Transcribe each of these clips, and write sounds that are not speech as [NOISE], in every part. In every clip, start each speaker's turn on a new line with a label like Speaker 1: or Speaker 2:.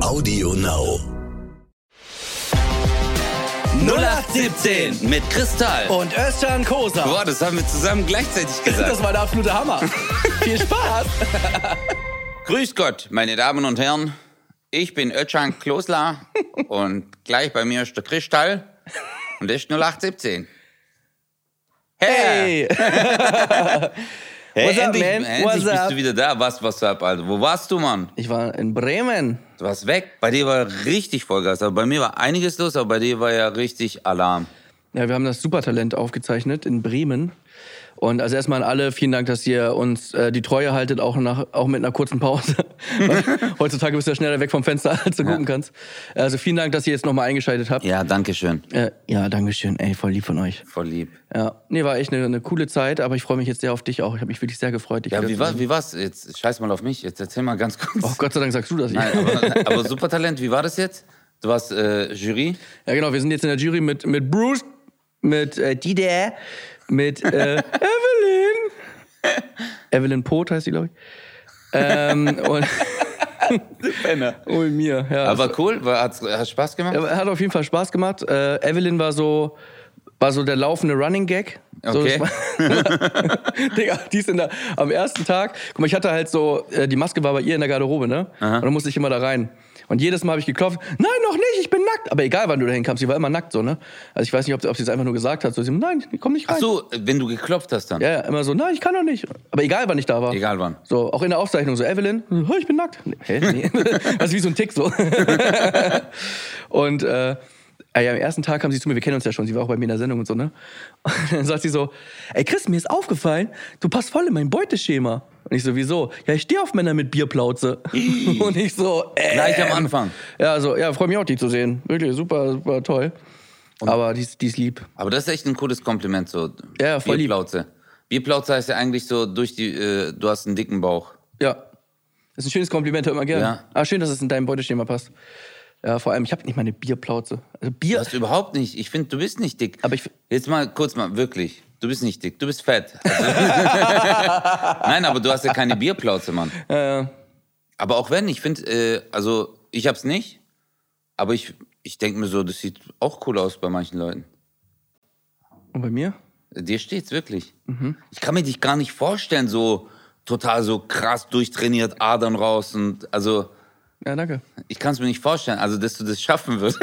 Speaker 1: Audio Now.
Speaker 2: 0817 mit Kristall.
Speaker 3: Und Özcan Kosa.
Speaker 2: Boah, das haben wir zusammen
Speaker 3: [LAUGHS]
Speaker 2: gleichzeitig gesagt.
Speaker 3: Oh. Das war der absolute
Speaker 2: [LAUGHS]
Speaker 3: Hammer. Viel Spaß.
Speaker 2: Grüß Gott, meine Damen und Herren. Ich bin
Speaker 3: [LAUGHS]
Speaker 2: Özcan Klosler und gleich bei mir ist der Kristall und das ist 0817.
Speaker 3: Hey.
Speaker 2: Hey! hey
Speaker 3: what's up,
Speaker 2: endlich,
Speaker 3: man?
Speaker 2: endlich
Speaker 3: What's
Speaker 2: bist
Speaker 3: up?
Speaker 2: du wieder da. Was, was up, Alter? Wo warst du, Mann?
Speaker 3: Ich war in Bremen.
Speaker 2: Du warst weg. Bei dir war richtig Vollgas, aber bei mir war einiges los, aber bei dir war ja richtig Alarm.
Speaker 3: Ja, wir haben das Supertalent aufgezeichnet in Bremen. Und also erstmal an alle, vielen Dank, dass ihr uns äh, die Treue haltet, auch, nach, auch mit einer kurzen Pause.
Speaker 2: [LAUGHS]
Speaker 3: Heutzutage bist du ja schneller weg vom Fenster, [LAUGHS] als du gucken kannst. Also vielen Dank, dass ihr jetzt nochmal eingeschaltet habt.
Speaker 2: Ja, danke schön.
Speaker 3: Äh, ja, Dankeschön. Ey, voll lieb von euch.
Speaker 2: Voll lieb.
Speaker 3: Ja, nee, war echt eine, eine coole Zeit, aber ich freue mich jetzt sehr auf dich auch. Ich habe mich wirklich sehr gefreut. Dich
Speaker 2: Ja,
Speaker 3: wieder
Speaker 2: wie,
Speaker 3: zu
Speaker 2: war,
Speaker 3: sehen.
Speaker 2: wie war's? Jetzt scheiß mal auf mich. Jetzt erzähl mal ganz kurz.
Speaker 3: Oh, Gott sei Dank sagst du das.
Speaker 2: Nein,
Speaker 3: [LAUGHS]
Speaker 2: aber, aber Supertalent, wie war das jetzt? Du warst äh, Jury.
Speaker 3: Ja, genau, wir sind jetzt in der Jury mit, mit Bruce, mit äh, Didier, mit äh, Evelyn. Evelyn Poth heißt sie, glaube ich. Ähm, und, und mir, ja.
Speaker 2: Aber cool, war, hat's, hat Spaß gemacht?
Speaker 3: Also- Ja, hat auf jeden Fall Spaß gemacht. Äh, Evelyn war so, war so der laufende Running Gag. So, das
Speaker 2: Okay.
Speaker 3: war- [LAUGHS] Digga, die ist in der, am ersten Tag. Guck mal, ich hatte halt so, äh, die Maske war bei ihr in der Garderobe, ne? Und dann musste ich immer da rein. Und jedes Mal habe ich geklopft, nein, noch nicht, ich bin nackt. Aber egal, wann du dahin kamst, sie war immer nackt so, ne? Also ich weiß nicht, ob, ob sie es einfach nur gesagt hat. So, sie, nein, komm nicht rein.
Speaker 2: Ach so, wenn du geklopft hast dann.
Speaker 3: Ja, ja, immer so, nein, ich kann doch nicht. Aber egal, wann ich da war.
Speaker 2: Egal wann.
Speaker 3: So, auch in der Aufzeichnung, so Evelyn, hm, ich bin nackt. Nee, Hä? Nee. [LAUGHS] das ist wie so ein Tick so. [LAUGHS] und äh, ah ja, am ersten Tag kam sie zu mir, wir kennen uns ja schon, sie war auch bei mir in der Sendung und so, ne? Und dann sagt sie so, ey Chris, mir ist aufgefallen, du passt voll in mein Beuteschema. Und ich so, wieso? Ja, ich stehe auf Männer mit Bierplauze. [LAUGHS] und ich so, äh.
Speaker 2: Gleich am Anfang.
Speaker 3: Ja, so, ja, freue mich auch, die zu sehen. Wirklich super, super toll. Aber die ist, die ist lieb.
Speaker 2: Aber das ist echt ein cooles Kompliment so.
Speaker 3: Ja, ja, voll lieb.
Speaker 2: Bierplauze. Bierplauze heißt ja eigentlich so durch die, äh, du hast einen dicken Bauch.
Speaker 3: Ja. Das ist ein schönes Kompliment, hör immer gerne.
Speaker 2: Ja.
Speaker 3: Ah, schön, dass es in deinem Beuteschema passt. Ja, vor allem, ich habe nicht mal eine Bierplauze. Also Bier.
Speaker 2: Du hast überhaupt nicht. Ich finde, du bist nicht dick.
Speaker 3: Aber ich-
Speaker 2: jetzt mal kurz mal wirklich. Du bist nicht dick. Du
Speaker 3: [LAUGHS]
Speaker 2: bist fett. Also, [LAUGHS] Nein, aber du hast ja keine Bierplauze, Mann.
Speaker 3: Äh,
Speaker 2: Aber auch wenn, ich finde, äh, also ich hab's nicht, aber ich, ich denke mir so, das sieht auch cool aus bei manchen Leuten.
Speaker 3: und bei mir?
Speaker 2: Dir steht's wirklich.
Speaker 3: Mhm.
Speaker 2: Ich kann mir dich gar nicht vorstellen, so total so krass durchtrainiert, Adern raus und also
Speaker 3: Ja, danke.
Speaker 2: ich kann's mir nicht vorstellen, also dass du das
Speaker 3: [LAUGHS]
Speaker 2: schaffen wirst.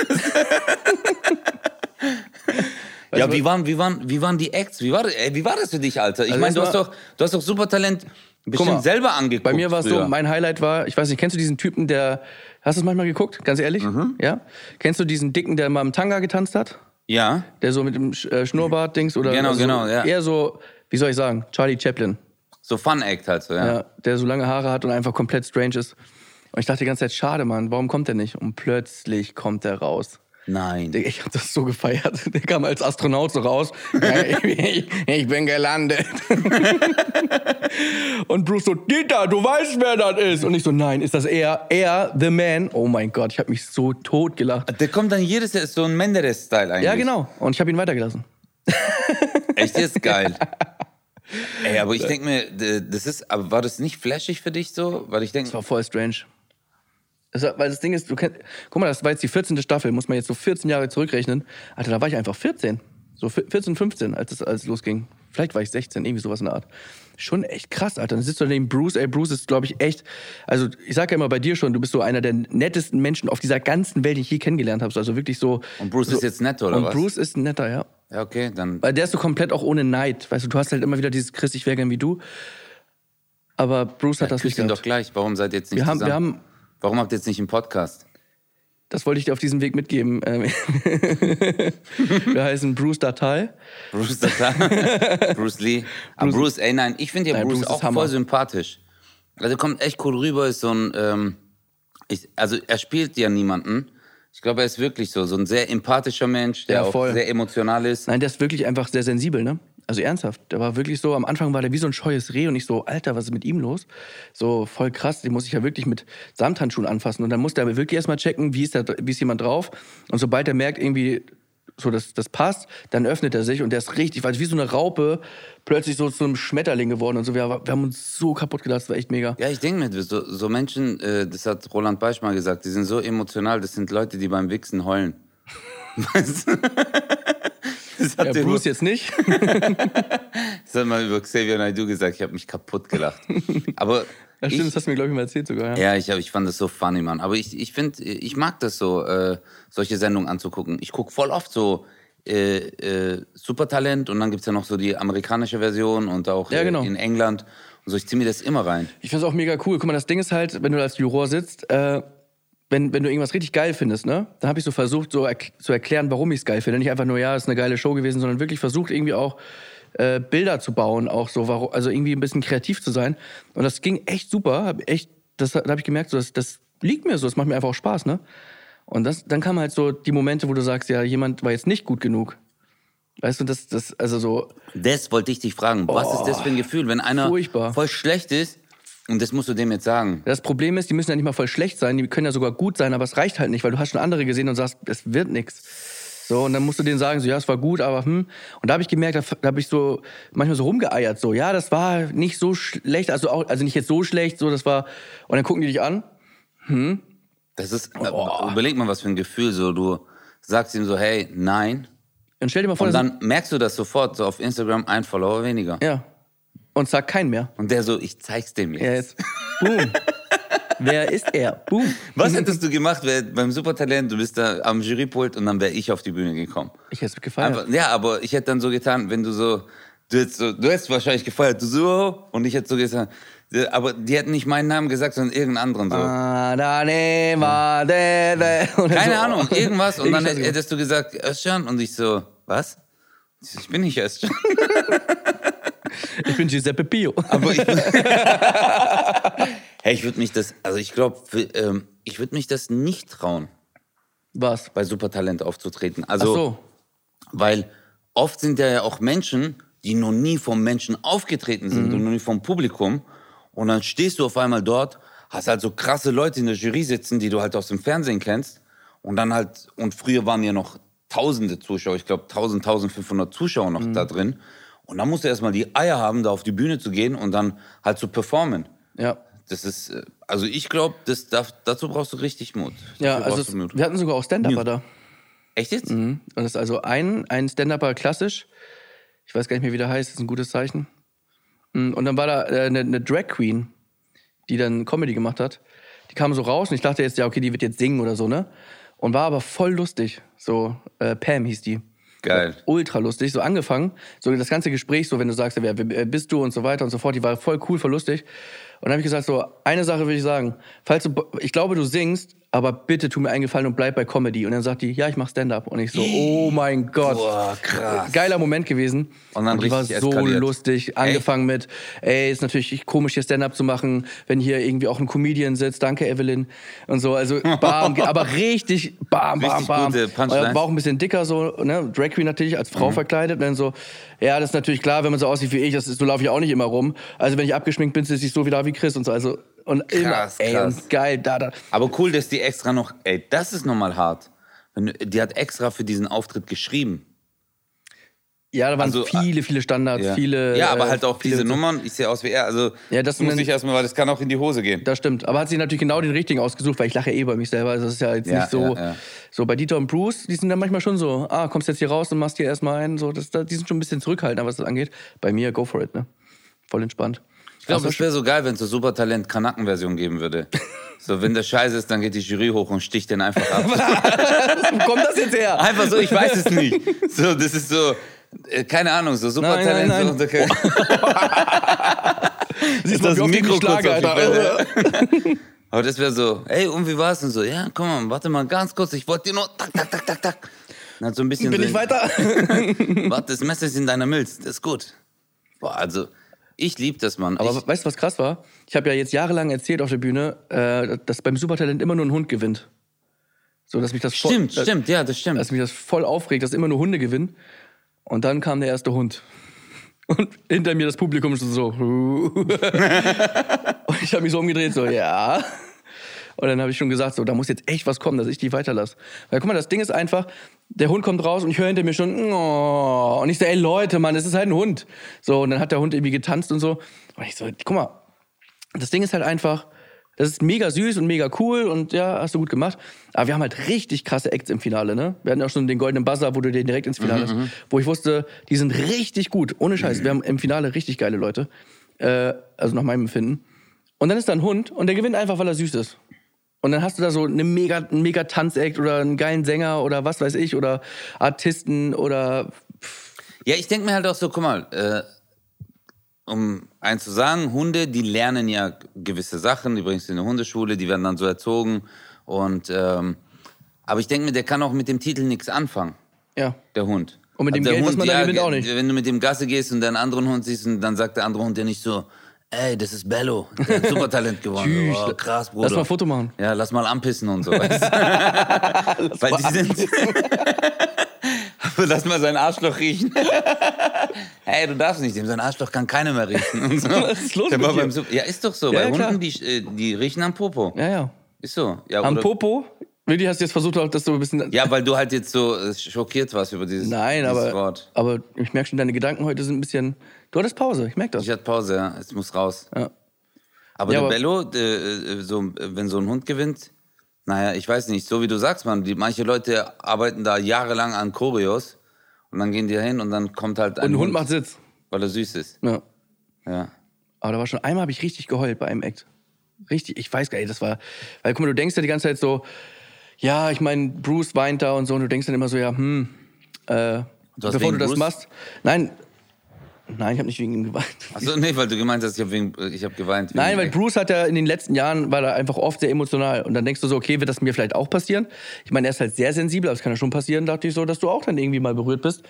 Speaker 2: ja, wie waren, wie waren, wie waren die Acts? Wie war, ey, wie war das für dich, Alter? Ich
Speaker 3: Also
Speaker 2: meine, du hast
Speaker 3: erstmal-
Speaker 2: doch, du hast doch Supertalent bestimmt
Speaker 3: mal,
Speaker 2: selber angeguckt.
Speaker 3: Bei mir war es so,
Speaker 2: Oh, früher.
Speaker 3: mein Highlight war, ich weiß nicht, kennst du diesen Typen, der. Hast du es manchmal geguckt, ganz ehrlich?
Speaker 2: Mhm.
Speaker 3: Ja? Kennst du diesen Dicken, der mal im Tanga getanzt hat?
Speaker 2: ja.
Speaker 3: Der so mit dem Sch- äh, Schnurrbart-Dings oder.
Speaker 2: Genau,
Speaker 3: also
Speaker 2: genau, ja.
Speaker 3: Eher so, wie soll ich sagen, Charlie Chaplin.
Speaker 2: So Fun-Act halt so, ja.
Speaker 3: Ja, der so lange Haare hat und einfach komplett strange ist. Und ich dachte die ganze Zeit, schade, Mann, warum kommt der nicht? Und plötzlich kommt der raus.
Speaker 2: Nein.
Speaker 3: Digga, ich hab das so gefeiert. [LAUGHS] Der kam als Astronaut so raus. Ja, ich, ich, ich bin gelandet. [LAUGHS] Und Bruce so, Dieter, du weißt, wer das ist. Und ich so, nein, ist das er? Er, the man? Oh mein Gott, ich hab mich so tot gelacht.
Speaker 2: Der kommt dann jedes Jahr, ist so ein Menderes-Style eigentlich.
Speaker 3: Ja, genau. Und ich hab ihn weitergelassen.
Speaker 2: Echt
Speaker 3: [LAUGHS]
Speaker 2: ist geil. Ey, aber ich denke mir, d- das ist, aber war das nicht flashig für dich so? Weil ich
Speaker 3: Das
Speaker 2: denke,
Speaker 3: war voll strange. Das war, weil das Ding ist, du kennst, guck mal, das war jetzt die 14. Staffel, muss man jetzt so 14 Jahre zurückrechnen. Alter, da war ich einfach 14. So vi- 14, 15, als es als es losging. Vielleicht war ich 16, irgendwie sowas in der Art. Schon echt krass, Alter. Dann sitzt du neben Bruce. Ey, Bruce ist, glaube ich, echt. Also, ich sage ja immer bei dir schon, du bist so einer der nettesten Menschen auf dieser ganzen Welt, die ich je kennengelernt habe. Also wirklich so.
Speaker 2: Und Bruce
Speaker 3: so,
Speaker 2: ist jetzt nett, oder
Speaker 3: Also, und
Speaker 2: was?
Speaker 3: Bruce ist netter, ja.
Speaker 2: ja, okay, dann.
Speaker 3: Weil der ist so komplett auch ohne Neid. Weißt du, du hast halt immer wieder dieses Chris, ich wäre gern wie du. Aber Bruce hat das
Speaker 2: Küss
Speaker 3: nicht
Speaker 2: ihn
Speaker 3: gehabt.
Speaker 2: doch gleich. Warum seid ihr jetzt nicht
Speaker 3: Wir haben-
Speaker 2: zusammen?
Speaker 3: wir haben-
Speaker 2: Warum habt ihr jetzt nicht einen Podcast?
Speaker 3: Das wollte ich dir auf diesem Weg mitgeben. Ähm, [LAUGHS] Wir heißen Bruce Datei.
Speaker 2: Bruce, das
Speaker 3: [LAUGHS]
Speaker 2: Bruce Lee. Aber Bruce, ey, nein, ich finde ja
Speaker 3: Nein,
Speaker 2: Bruce,
Speaker 3: Bruce ist
Speaker 2: auch
Speaker 3: Hammer.
Speaker 2: voll sympathisch. Also kommt echt cool rüber, ist so ein, ähm, ich, also er spielt ja niemanden. Ich glaube, er ist wirklich so, so ein sehr empathischer Mensch, der
Speaker 3: Ja,
Speaker 2: auch
Speaker 3: voll.
Speaker 2: sehr emotional ist.
Speaker 3: Nein, der ist wirklich einfach sehr sensibel, ne? Also ernsthaft. Der war wirklich so, am Anfang war der wie so ein scheues Reh und ich so, Alter, was ist mit ihm los? So voll krass, den muss ich ja wirklich mit Samthandschuhen anfassen. Und dann muss der aber wirklich erstmal checken, wie ist, der, wie ist jemand drauf. Und sobald er merkt, irgendwie, so das, das passt, dann öffnet er sich und der ist richtig, weil wie so eine Raupe plötzlich so zu einem Schmetterling geworden und so. Wir, wir haben uns so kaputt gelassen, das war echt mega.
Speaker 2: Ja, ich denke mir, so, so Menschen, äh, das hat Roland Beisch mal gesagt, die sind so emotional, das sind Leute, die beim Wichsen heulen. [LAUGHS] Weißt du? das
Speaker 3: Ja,
Speaker 2: hat der
Speaker 3: Bruce jetzt nicht.
Speaker 2: Das hat mal über Xavier Naidoo gesagt, ich habe mich
Speaker 3: [LAUGHS]
Speaker 2: kaputt gelacht. Aber
Speaker 3: Ja,
Speaker 2: ich,
Speaker 3: stimmt, das hast du mir, glaube ich, mal erzählt sogar. Ja.
Speaker 2: Ja, ich, hab- ich fand das so funny, Mann. Aber ich, ich finde, ich mag das so, äh, solche Sendungen anzugucken. Ich gucke voll oft so äh, äh, Supertalent und dann gibt's ja noch so die amerikanische Version und auch
Speaker 3: Ja,
Speaker 2: äh,
Speaker 3: genau.
Speaker 2: in England. Und so, ich zieh mir das immer rein.
Speaker 3: Ich finde es auch mega cool. Guck mal, das Ding ist halt, wenn du als Juror sitzt, äh, wenn, wenn du irgendwas richtig geil findest, ne, dann habe ich so versucht, so erk zu erklären, warum ich es geil finde. Nicht einfach nur, ja, ist eine geile Show gewesen, sondern wirklich versucht, irgendwie auch äh, Bilder zu bauen, auch so, warum, also irgendwie ein bisschen kreativ zu sein. Und das ging echt super. Hab echt, das habe ich gemerkt, so, das, das liegt mir so, das macht mir einfach auch Spaß, ne? Und das, dann kamen halt so die Momente, wo du sagst, ja, jemand war jetzt nicht gut genug. Weißt du, das, das, also so,
Speaker 2: Das wollte ich dich fragen. Was ist das für ein Gefühl, wenn einer
Speaker 3: furchtbar.
Speaker 2: voll schlecht ist? Und das musst du dem jetzt sagen.
Speaker 3: Das Problem ist, die müssen ja nicht mal voll schlecht sein, die können ja sogar gut sein, aber es reicht halt nicht, weil du hast schon andere gesehen und sagst, es wird nichts. So, und dann musst du denen sagen, so, ja, es war gut, aber hm. Und da habe ich gemerkt, da, f- da habe ich so manchmal so rumgeeiert, so, ja, das war nicht so schlecht, also auch, also nicht jetzt so schlecht, so, das war. Und dann gucken die dich an.
Speaker 2: Das ist, äh, überleg mal, was für ein Gefühl. So, du sagst ihm so, hey, nein.
Speaker 3: Und stell dir mal vor,
Speaker 2: Und
Speaker 3: das-
Speaker 2: dann merkst du das sofort, so auf Instagram ein Follower weniger.
Speaker 3: ja. Und sag kein mehr.
Speaker 2: Und der so, ich zeig's dem
Speaker 3: Ja, jetzt. Boom.
Speaker 2: [LAUGHS]
Speaker 3: Wer ist er? Boom.
Speaker 2: Was hättest du gemacht wär, beim Supertalent? Du bist da am Jurypult und dann wäre ich auf die Bühne gekommen.
Speaker 3: Ich hätte es gefallen.
Speaker 2: Einfach, ja, aber ich hätte dann so getan, wenn du so, du hättest, so, du hättest wahrscheinlich gefeiert, du so, und ich hätte so gesagt, äh, aber die hätten nicht meinen Namen gesagt, sondern irgendeinen anderen so.
Speaker 3: Ah, da, nee, ma, de, de. Oder
Speaker 2: Keine
Speaker 3: so.
Speaker 2: Ahnung,
Speaker 3: [LAUGHS]
Speaker 2: irgendwas. Und dann
Speaker 3: Irgendwas gemacht.
Speaker 2: hättest du gesagt, Özcan, und ich so, was? Ich bin nicht Özcan. äh,
Speaker 3: Ich bin Giuseppe
Speaker 2: [LAUGHS]
Speaker 3: Pio.
Speaker 2: Aber
Speaker 3: [LAUGHS]
Speaker 2: ich, hey, ich würde mich das, also ich glaube, ähm, ich würde mich das nicht trauen,
Speaker 3: Was?
Speaker 2: bei Supertalent aufzutreten.
Speaker 3: Ach
Speaker 2: Also,
Speaker 3: so.
Speaker 2: Weil oft sind da ja auch Menschen, die noch nie vom Menschen aufgetreten sind
Speaker 3: Mhm.
Speaker 2: und noch nie vom Publikum. Und dann stehst du auf einmal dort, hast halt so krasse Leute in der Jury sitzen, die du halt aus dem Fernsehen kennst. Und dann halt, und früher waren ja noch tausende Zuschauer, ich glaube 1000, 1500 Zuschauer noch
Speaker 3: Mhm.
Speaker 2: da drin. Und dann musst du erstmal die Eier haben, da auf die Bühne zu gehen und dann halt zu performen.
Speaker 3: Ja.
Speaker 2: Das ist, äh, also ich glaube, das darf, dazu brauchst du richtig Mut.
Speaker 3: Ja,
Speaker 2: Dafür
Speaker 3: also
Speaker 2: brauchst
Speaker 3: es,
Speaker 2: du Mut.
Speaker 3: wir hatten sogar auch Stand-Upper da.
Speaker 2: Echt jetzt?
Speaker 3: Mhm. Und das ist also ein, ein Stand-Upper klassisch. Ich weiß gar nicht mehr, wie der heißt, ist ein gutes Zeichen. Mhm, Und dann war da äh, eine, eine Drag Queen, die dann Comedy gemacht hat. Die kam so raus und ich dachte jetzt, ja, okay, die wird jetzt singen oder so, ne? Und war aber voll lustig. So, äh, Pam hieß die.
Speaker 2: Geil.
Speaker 3: Ultra lustig. So angefangen, so das ganze Gespräch, so wenn du sagst, wer wer bist du und so weiter und so fort, die war voll cool, voll lustig. Und dann habe ich gesagt, so, eine Sache will ich sagen. Falls du, bo- ich glaube, du singst, aber bitte tu mir einen Gefallen und bleib bei Comedy. Und dann sagt die, ja, ich mach Stand-up. Und ich so, oh mein Gott.
Speaker 2: Boah, krass.
Speaker 3: Geiler Moment gewesen.
Speaker 2: Und dann
Speaker 3: die war
Speaker 2: richtig
Speaker 3: so
Speaker 2: eskaliert.
Speaker 3: lustig. Angefangen mit, ey, ist natürlich komisch, hier Stand-up zu machen, wenn hier irgendwie auch ein Comedian sitzt. Danke, Evelyn. Und so, also
Speaker 2: [LAUGHS]
Speaker 3: bam, ge- aber richtig bam, bam,
Speaker 2: Richtig
Speaker 3: bam.
Speaker 2: gute Punchlines.
Speaker 3: Und war auch ein bisschen dicker so, ne? Drag Queen natürlich als
Speaker 2: Mhm.
Speaker 3: Frau verkleidet. Und dann so, ja, das ist natürlich klar, wenn man so aussieht wie ich, das ist, so laufe ich auch nicht immer rum. Also wenn ich abgeschminkt bin, sehe ich so wieder wie Chris und so. Also, und
Speaker 2: Krass,
Speaker 3: immer, ey,
Speaker 2: krass.
Speaker 3: und geil, da, da.
Speaker 2: Aber cool, dass die extra noch, ey, das ist nochmal hart. Wenn du- Die hat extra für diesen Auftritt geschrieben.
Speaker 3: Ja, da waren
Speaker 2: Also,
Speaker 3: viele, viele Standards,
Speaker 2: Ja,
Speaker 3: viele.
Speaker 2: ja aber
Speaker 3: äh,
Speaker 2: halt auch
Speaker 3: viele
Speaker 2: diese Nummern. Ich sehe aus wie er. Also,
Speaker 3: Ja, das
Speaker 2: muss
Speaker 3: sind-
Speaker 2: ich erstmal, weil das kann auch in die Hose gehen.
Speaker 3: Das stimmt. Aber hat sie natürlich genau den richtigen ausgesucht, weil ich lache eh über mich selber. Also das ist ja jetzt
Speaker 2: Ja,
Speaker 3: nicht so.
Speaker 2: ja, ja.
Speaker 3: So bei Dieter und Bruce, die sind dann manchmal schon so, ah, kommst jetzt hier raus und machst hier erstmal einen. So, das, da- die sind schon ein bisschen zurückhaltender, was das angeht. Bei mir, go for it, ne? Voll entspannt.
Speaker 2: Ich glaube, es wäre so geil, wenn es so Supertalent Kanaken-Version
Speaker 3: [LAUGHS]
Speaker 2: geben würde. So, wenn der scheiße ist, dann geht die Jury hoch und sticht den einfach
Speaker 3: [LAUGHS]
Speaker 2: ab.
Speaker 3: Wo kommt das jetzt her?
Speaker 2: [LAUGHS] einfach so, ich weiß es nicht. So, das ist so, äh, keine Ahnung, so Supertalent.
Speaker 3: nein,
Speaker 2: so, so-
Speaker 3: Siehst
Speaker 2: das
Speaker 3: wie oft ich
Speaker 2: Mikro
Speaker 3: mich schlage,
Speaker 2: kurz auf die
Speaker 3: Alter. Also,
Speaker 2: aber das wäre so, ey, und wie war's? Und so, ja, komm mal, warte mal ganz kurz, ich wollte dir nur, tak, tak, tak, tak, tak. Und hat so ein bisschen
Speaker 3: Bin
Speaker 2: so
Speaker 3: ich
Speaker 2: in-
Speaker 3: weiter?
Speaker 2: Warte, das Messer ist in deiner Milz. Das ist gut. Boah, also, ich liebe das, Mann.
Speaker 3: Aber
Speaker 2: ich,
Speaker 3: weißt du, was krass war? Ich habe ja jetzt jahrelang erzählt auf der Bühne, äh, dass beim Supertalent immer nur ein Hund gewinnt. So, dass mich das voll-
Speaker 2: stimmt,
Speaker 3: dass,
Speaker 2: stimmt, ja, das stimmt.
Speaker 3: dass mich das voll aufregt, dass immer nur Hunde gewinnen. Und dann kam der erste Hund. Und hinter mir das [LAUGHS] Publikum schon so. Und ich habe mich so umgedreht, so, ja. Und dann habe ich schon gesagt, so, da muss jetzt echt was kommen, dass ich die weiterlasse. Weil guck mal, das Ding ist einfach, der Hund kommt raus und ich höre hinter mir schon, oh. und ich so, ey Leute, Mann, es ist halt ein Hund. So, und dann hat der Hund irgendwie getanzt und so. Und ich so, guck mal, das Ding ist halt einfach, das ist mega süß und mega cool und ja, hast du gut gemacht. Aber wir haben halt richtig krasse Acts im Finale, ne? Wir hatten auch schon den goldenen Buzzer, wo du den direkt ins Finale hast, wo ich wusste, die sind richtig gut, ohne Scheiß. Wir haben im Finale richtig geile Leute. Äh, also nach meinem Empfinden. Und dann ist da ein Hund und der gewinnt einfach, weil er süß ist. Und dann hast du da so eine mega, einen mega Tanzact oder einen geilen Sänger oder was weiß ich oder Artisten oder
Speaker 2: Ja, ich denke mir halt auch so, guck mal, äh, um eins zu sagen, Hunde, die lernen ja gewisse Sachen, die bringst du in eine Hundeschule, die werden dann so erzogen. Und ähm, aber ich denke mir, der kann auch mit dem Titel nichts anfangen,
Speaker 3: ja.
Speaker 2: der Hund. Also
Speaker 3: Und mit dem
Speaker 2: der
Speaker 3: Geld, was man da gewinnt, auch nicht.
Speaker 2: Wenn du mit dem Gasse gehst und deinen anderen Hund siehst und dann sagt der andere Hund ja nicht so, ey, das ist Bello, der hat
Speaker 3: [LAUGHS]
Speaker 2: Supertalent gewonnen.
Speaker 3: Tschüss,
Speaker 2: oh, krass, Bruder.
Speaker 3: Lass mal ein Foto machen.
Speaker 2: Ja, lass mal
Speaker 3: [LAUGHS]
Speaker 2: anpissen und so. Weißt? [LAUGHS] du? Weil die sind. lass mal seinen Arschloch riechen. [LAUGHS] hey, du darfst nicht, dem sein Arschloch kann keiner mehr riechen. Und
Speaker 3: [LAUGHS]
Speaker 2: so.
Speaker 3: Was ist los
Speaker 2: Der
Speaker 3: mit
Speaker 2: war
Speaker 3: dir?
Speaker 2: beim Sup- ja, ist doch so.
Speaker 3: Ja,
Speaker 2: Bei
Speaker 3: ja, klar.
Speaker 2: Hunden, die, äh, die riechen am Popo.
Speaker 3: Ja, ja.
Speaker 2: Ist so. Ja,
Speaker 3: Am
Speaker 2: oder-
Speaker 3: Popo? Willi, hast du jetzt versucht, auch, dass du ein bisschen.
Speaker 2: Ja, weil du halt jetzt so äh, schockiert warst über dieses,
Speaker 3: Nein,
Speaker 2: dieses
Speaker 3: aber,
Speaker 2: Wort.
Speaker 3: aber ich merke schon, deine Gedanken heute sind ein bisschen. Du hattest Pause, ich merke das.
Speaker 2: Ich hatte Pause, ja. Es muss raus.
Speaker 3: Ja.
Speaker 2: Aber
Speaker 3: Ja,
Speaker 2: der
Speaker 3: aber-
Speaker 2: Bello, äh, äh, so, äh, wenn so ein Hund gewinnt, naja, ich weiß nicht, so wie du sagst, man, die, manche Leute arbeiten da jahrelang an Choreos und dann gehen die hin und dann kommt halt ein
Speaker 3: Und ein Hund macht Sitz.
Speaker 2: weil er süß ist.
Speaker 3: Ja.
Speaker 2: Ja.
Speaker 3: Aber da war schon einmal, habe ich richtig geheult bei einem Act. Richtig, ich weiß gar nicht, das war. Weil, guck mal, du denkst ja die ganze Zeit so, ja, ich meine, Bruce weint da und so, und du denkst dann immer so, ja, hm, äh,
Speaker 2: Du hast
Speaker 3: bevor
Speaker 2: wegen
Speaker 3: du das
Speaker 2: Bruce-
Speaker 3: machst. Nein, nein, ich habe nicht wegen ihm geweint.
Speaker 2: Achso, nee, weil du gemeint hast, ich habe ich hab geweint. wegen-
Speaker 3: Nein, weil Bruce hat ja in den letzten Jahren war er einfach oft sehr emotional und dann denkst du so, okay, wird das mir vielleicht auch passieren? Ich meine, er ist halt sehr sensibel, aber es kann ja schon passieren, dachte ich so, dass du auch dann irgendwie mal berührt bist.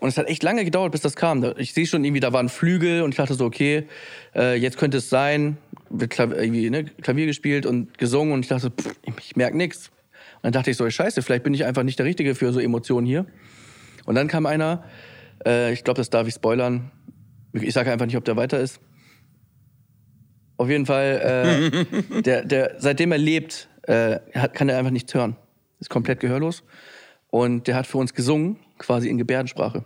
Speaker 3: Und es hat echt lange gedauert, bis das kam. Da- Ich sehe schon irgendwie, da waren Flügel und ich dachte so, okay, äh, jetzt könnte es sein. Wird Klavier, irgendwie, ne, Klavier gespielt und gesungen und ich dachte, pff, ich merke nichts. Und dann dachte ich so, scheiße, vielleicht bin ich einfach nicht der Richtige für so Emotionen hier. Und dann kam einer, äh, ich glaube, das darf ich spoilern. Ich sage einfach nicht, ob der weiter ist. Auf jeden Fall, äh, der, der, seitdem er lebt, äh, hat, kann er einfach nichts hören. Ist komplett gehörlos. Und der hat für uns gesungen, quasi in Gebärdensprache.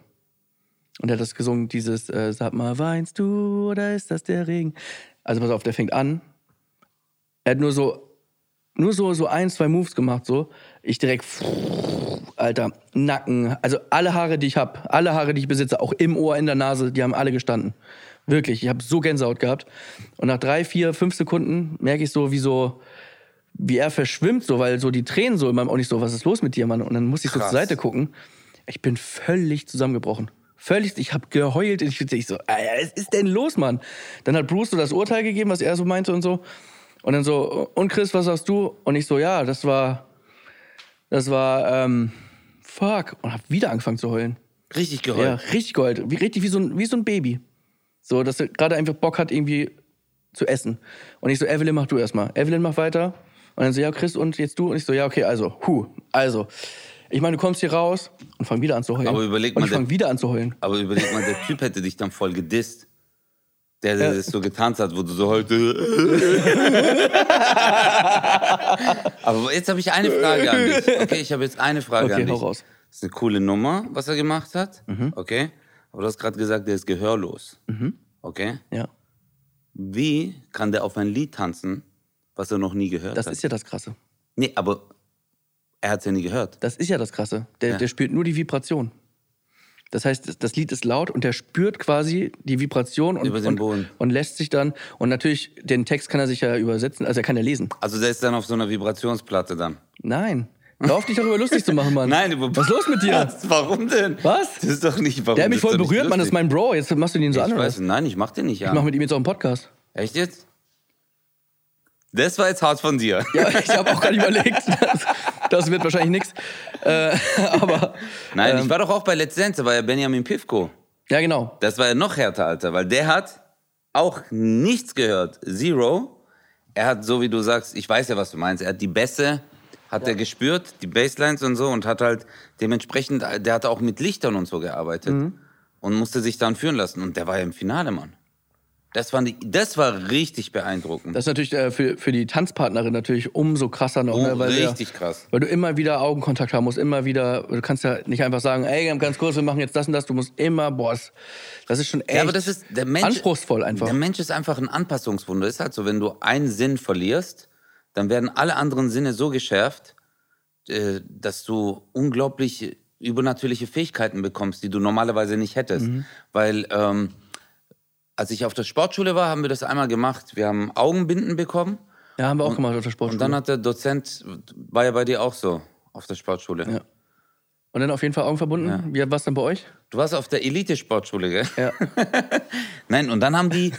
Speaker 3: Und er hat das gesungen, dieses, äh, sag mal, weinst du oder ist das der Regen? Also pass auf, der fängt an. Er hat nur so, nur so, so ein, zwei Moves gemacht, so. Ich direkt, Alter, Nacken, also alle Haare, die ich habe, alle Haare, die ich besitze, auch im Ohr, in der Nase, die haben alle gestanden. Wirklich, ich habe so Gänsehaut gehabt. Und nach drei, vier, fünf Sekunden merke ich so, wie so, wie er verschwimmt, so, weil so die Tränen so in meinem Auge nicht so, was ist los mit dir, Mann? Und dann muss ich so
Speaker 2: Krass.
Speaker 3: zur Seite gucken. Ich bin völlig zusammengebrochen. Völlig, ich habe geheult. Ich, ich so, Alter, was ist denn los, Mann? Dann hat Bruce so das Urteil gegeben, was er so meinte und so. Und dann so, und Chris, was sagst du? Und ich so, ja, das war, das war, ähm, fuck. Und hab wieder angefangen zu heulen.
Speaker 2: Richtig
Speaker 3: Ja,
Speaker 2: geheult.
Speaker 3: richtig geheult. Wie, richtig wie so, ein, wie so ein Baby. So, dass er gerade einfach Bock hat, irgendwie zu essen. Und ich so, Evelyn, mach du erstmal. Evelyn, mach weiter. Und dann so, ja, Chris, und jetzt du? Und ich so, ja, okay, also, hu, also. Ich meine, du kommst hier raus und fang wieder an zu heulen.
Speaker 2: Aber überleg
Speaker 3: Und
Speaker 2: mal,
Speaker 3: ich
Speaker 2: der-
Speaker 3: fang wieder an zu heulen.
Speaker 2: Aber überleg mal, der Typ hätte dich dann voll gedisst. Der, der
Speaker 3: Ja.
Speaker 2: das so getanzt hat, wo du so halt
Speaker 3: [LAUGHS]
Speaker 2: heute. Aber jetzt habe ich eine Frage an dich. Okay, ich habe jetzt eine Frage
Speaker 3: Okay,
Speaker 2: an dich.
Speaker 3: hau raus. Mhm.
Speaker 2: Das ist eine coole Nummer, was er gemacht hat. Okay. Aber du hast gerade gesagt, der ist gehörlos. Okay.
Speaker 3: Ja,
Speaker 2: Wie kann der auf ein Lied tanzen, was er noch nie gehört
Speaker 3: das
Speaker 2: hat?
Speaker 3: ist ja das Krasse.
Speaker 2: nee, aber er hat es ja nie gehört.
Speaker 3: Das ist ja das Krasse. Der,
Speaker 2: Ja.
Speaker 3: der spürt nur die Vibration. Das heißt, das- das Lied ist laut und der spürt quasi die Vibration und,
Speaker 2: Über den
Speaker 3: und,
Speaker 2: Boden.
Speaker 3: und lässt sich dann. Und natürlich, den Text kann er sich ja übersetzen, also er kann ja lesen.
Speaker 2: Also der ist dann auf so einer Vibrationsplatte dann.
Speaker 3: Nein. Hör auf, dich
Speaker 2: [LAUGHS]
Speaker 3: darüber lustig zu machen, Mann.
Speaker 2: Nein, über-
Speaker 3: Was ist los mit dir?
Speaker 2: Was? [LAUGHS] Warum denn?
Speaker 3: Was?
Speaker 2: Das ist doch nicht warum.
Speaker 3: Der hat mich
Speaker 2: das
Speaker 3: voll
Speaker 2: ist doch nicht
Speaker 3: berührt, Mann. Das ist mein
Speaker 2: lustig.
Speaker 3: Bro. Jetzt machst du den so an,
Speaker 2: Ich
Speaker 3: oder?
Speaker 2: weiß,
Speaker 3: was?
Speaker 2: nein, ich mach den nicht
Speaker 3: Ich mach
Speaker 2: an.
Speaker 3: mit ihm jetzt auch einen Podcast.
Speaker 2: Echt jetzt? Das war jetzt hart von dir.
Speaker 3: Ja, [LAUGHS] ich habe auch gerade überlegt. Das, das wird wahrscheinlich nichts. Äh, aber, Ähm.
Speaker 2: Nein, ich war doch auch bei Let's Dance, da war ja Benjamin Pivko.
Speaker 3: ja, genau.
Speaker 2: Das war ja noch härter, Alter, weil der hat auch nichts gehört. Zero. Er hat, so wie du sagst, ich weiß ja, was du meinst, er hat die Bässe, hat er gespürt, die Basslines und so und hat halt dementsprechend, der hat
Speaker 3: Mhm.
Speaker 2: auch mit Lichtern und so gearbeitet und musste sich dann führen lassen. Und der war ja im Finale, Mann. Das, fand ich, das war richtig beeindruckend.
Speaker 3: Das ist natürlich äh, für, für die Tanzpartnerin natürlich umso krasser noch, ne?
Speaker 2: Oh,
Speaker 3: weil, du ja-
Speaker 2: richtig krass.
Speaker 3: weil du immer wieder Augenkontakt haben musst, immer wieder, du kannst ja nicht einfach sagen, ey, ganz kurz, wir machen jetzt das und das, du musst immer, boah, das- das ist schon echt
Speaker 2: Ja, aber das ist der Mensch,
Speaker 3: anspruchsvoll einfach.
Speaker 2: Der Mensch ist einfach ein Anpassungswunder. Ist halt so, wenn du einen Sinn verlierst, dann werden alle anderen Sinne so geschärft, äh, dass du unglaublich übernatürliche Fähigkeiten bekommst, die du normalerweise nicht hättest.
Speaker 3: Mhm.
Speaker 2: Weil ähm, als ich auf der Sportschule war, haben wir das einmal gemacht. Wir haben Augenbinden bekommen
Speaker 3: ja, haben wir auch gemacht auf der Sportschule.
Speaker 2: und dann hat der Dozent, war ja bei dir auch so, auf der Sportschule.
Speaker 3: Ja. Und dann auf jeden Fall Augen verbunden. Wie war es dann bei euch?
Speaker 2: Du warst auf der Elite-Sportschule, gell?
Speaker 3: Ja.
Speaker 2: Nein, und dann
Speaker 3: [LAUGHS]
Speaker 2: haben die,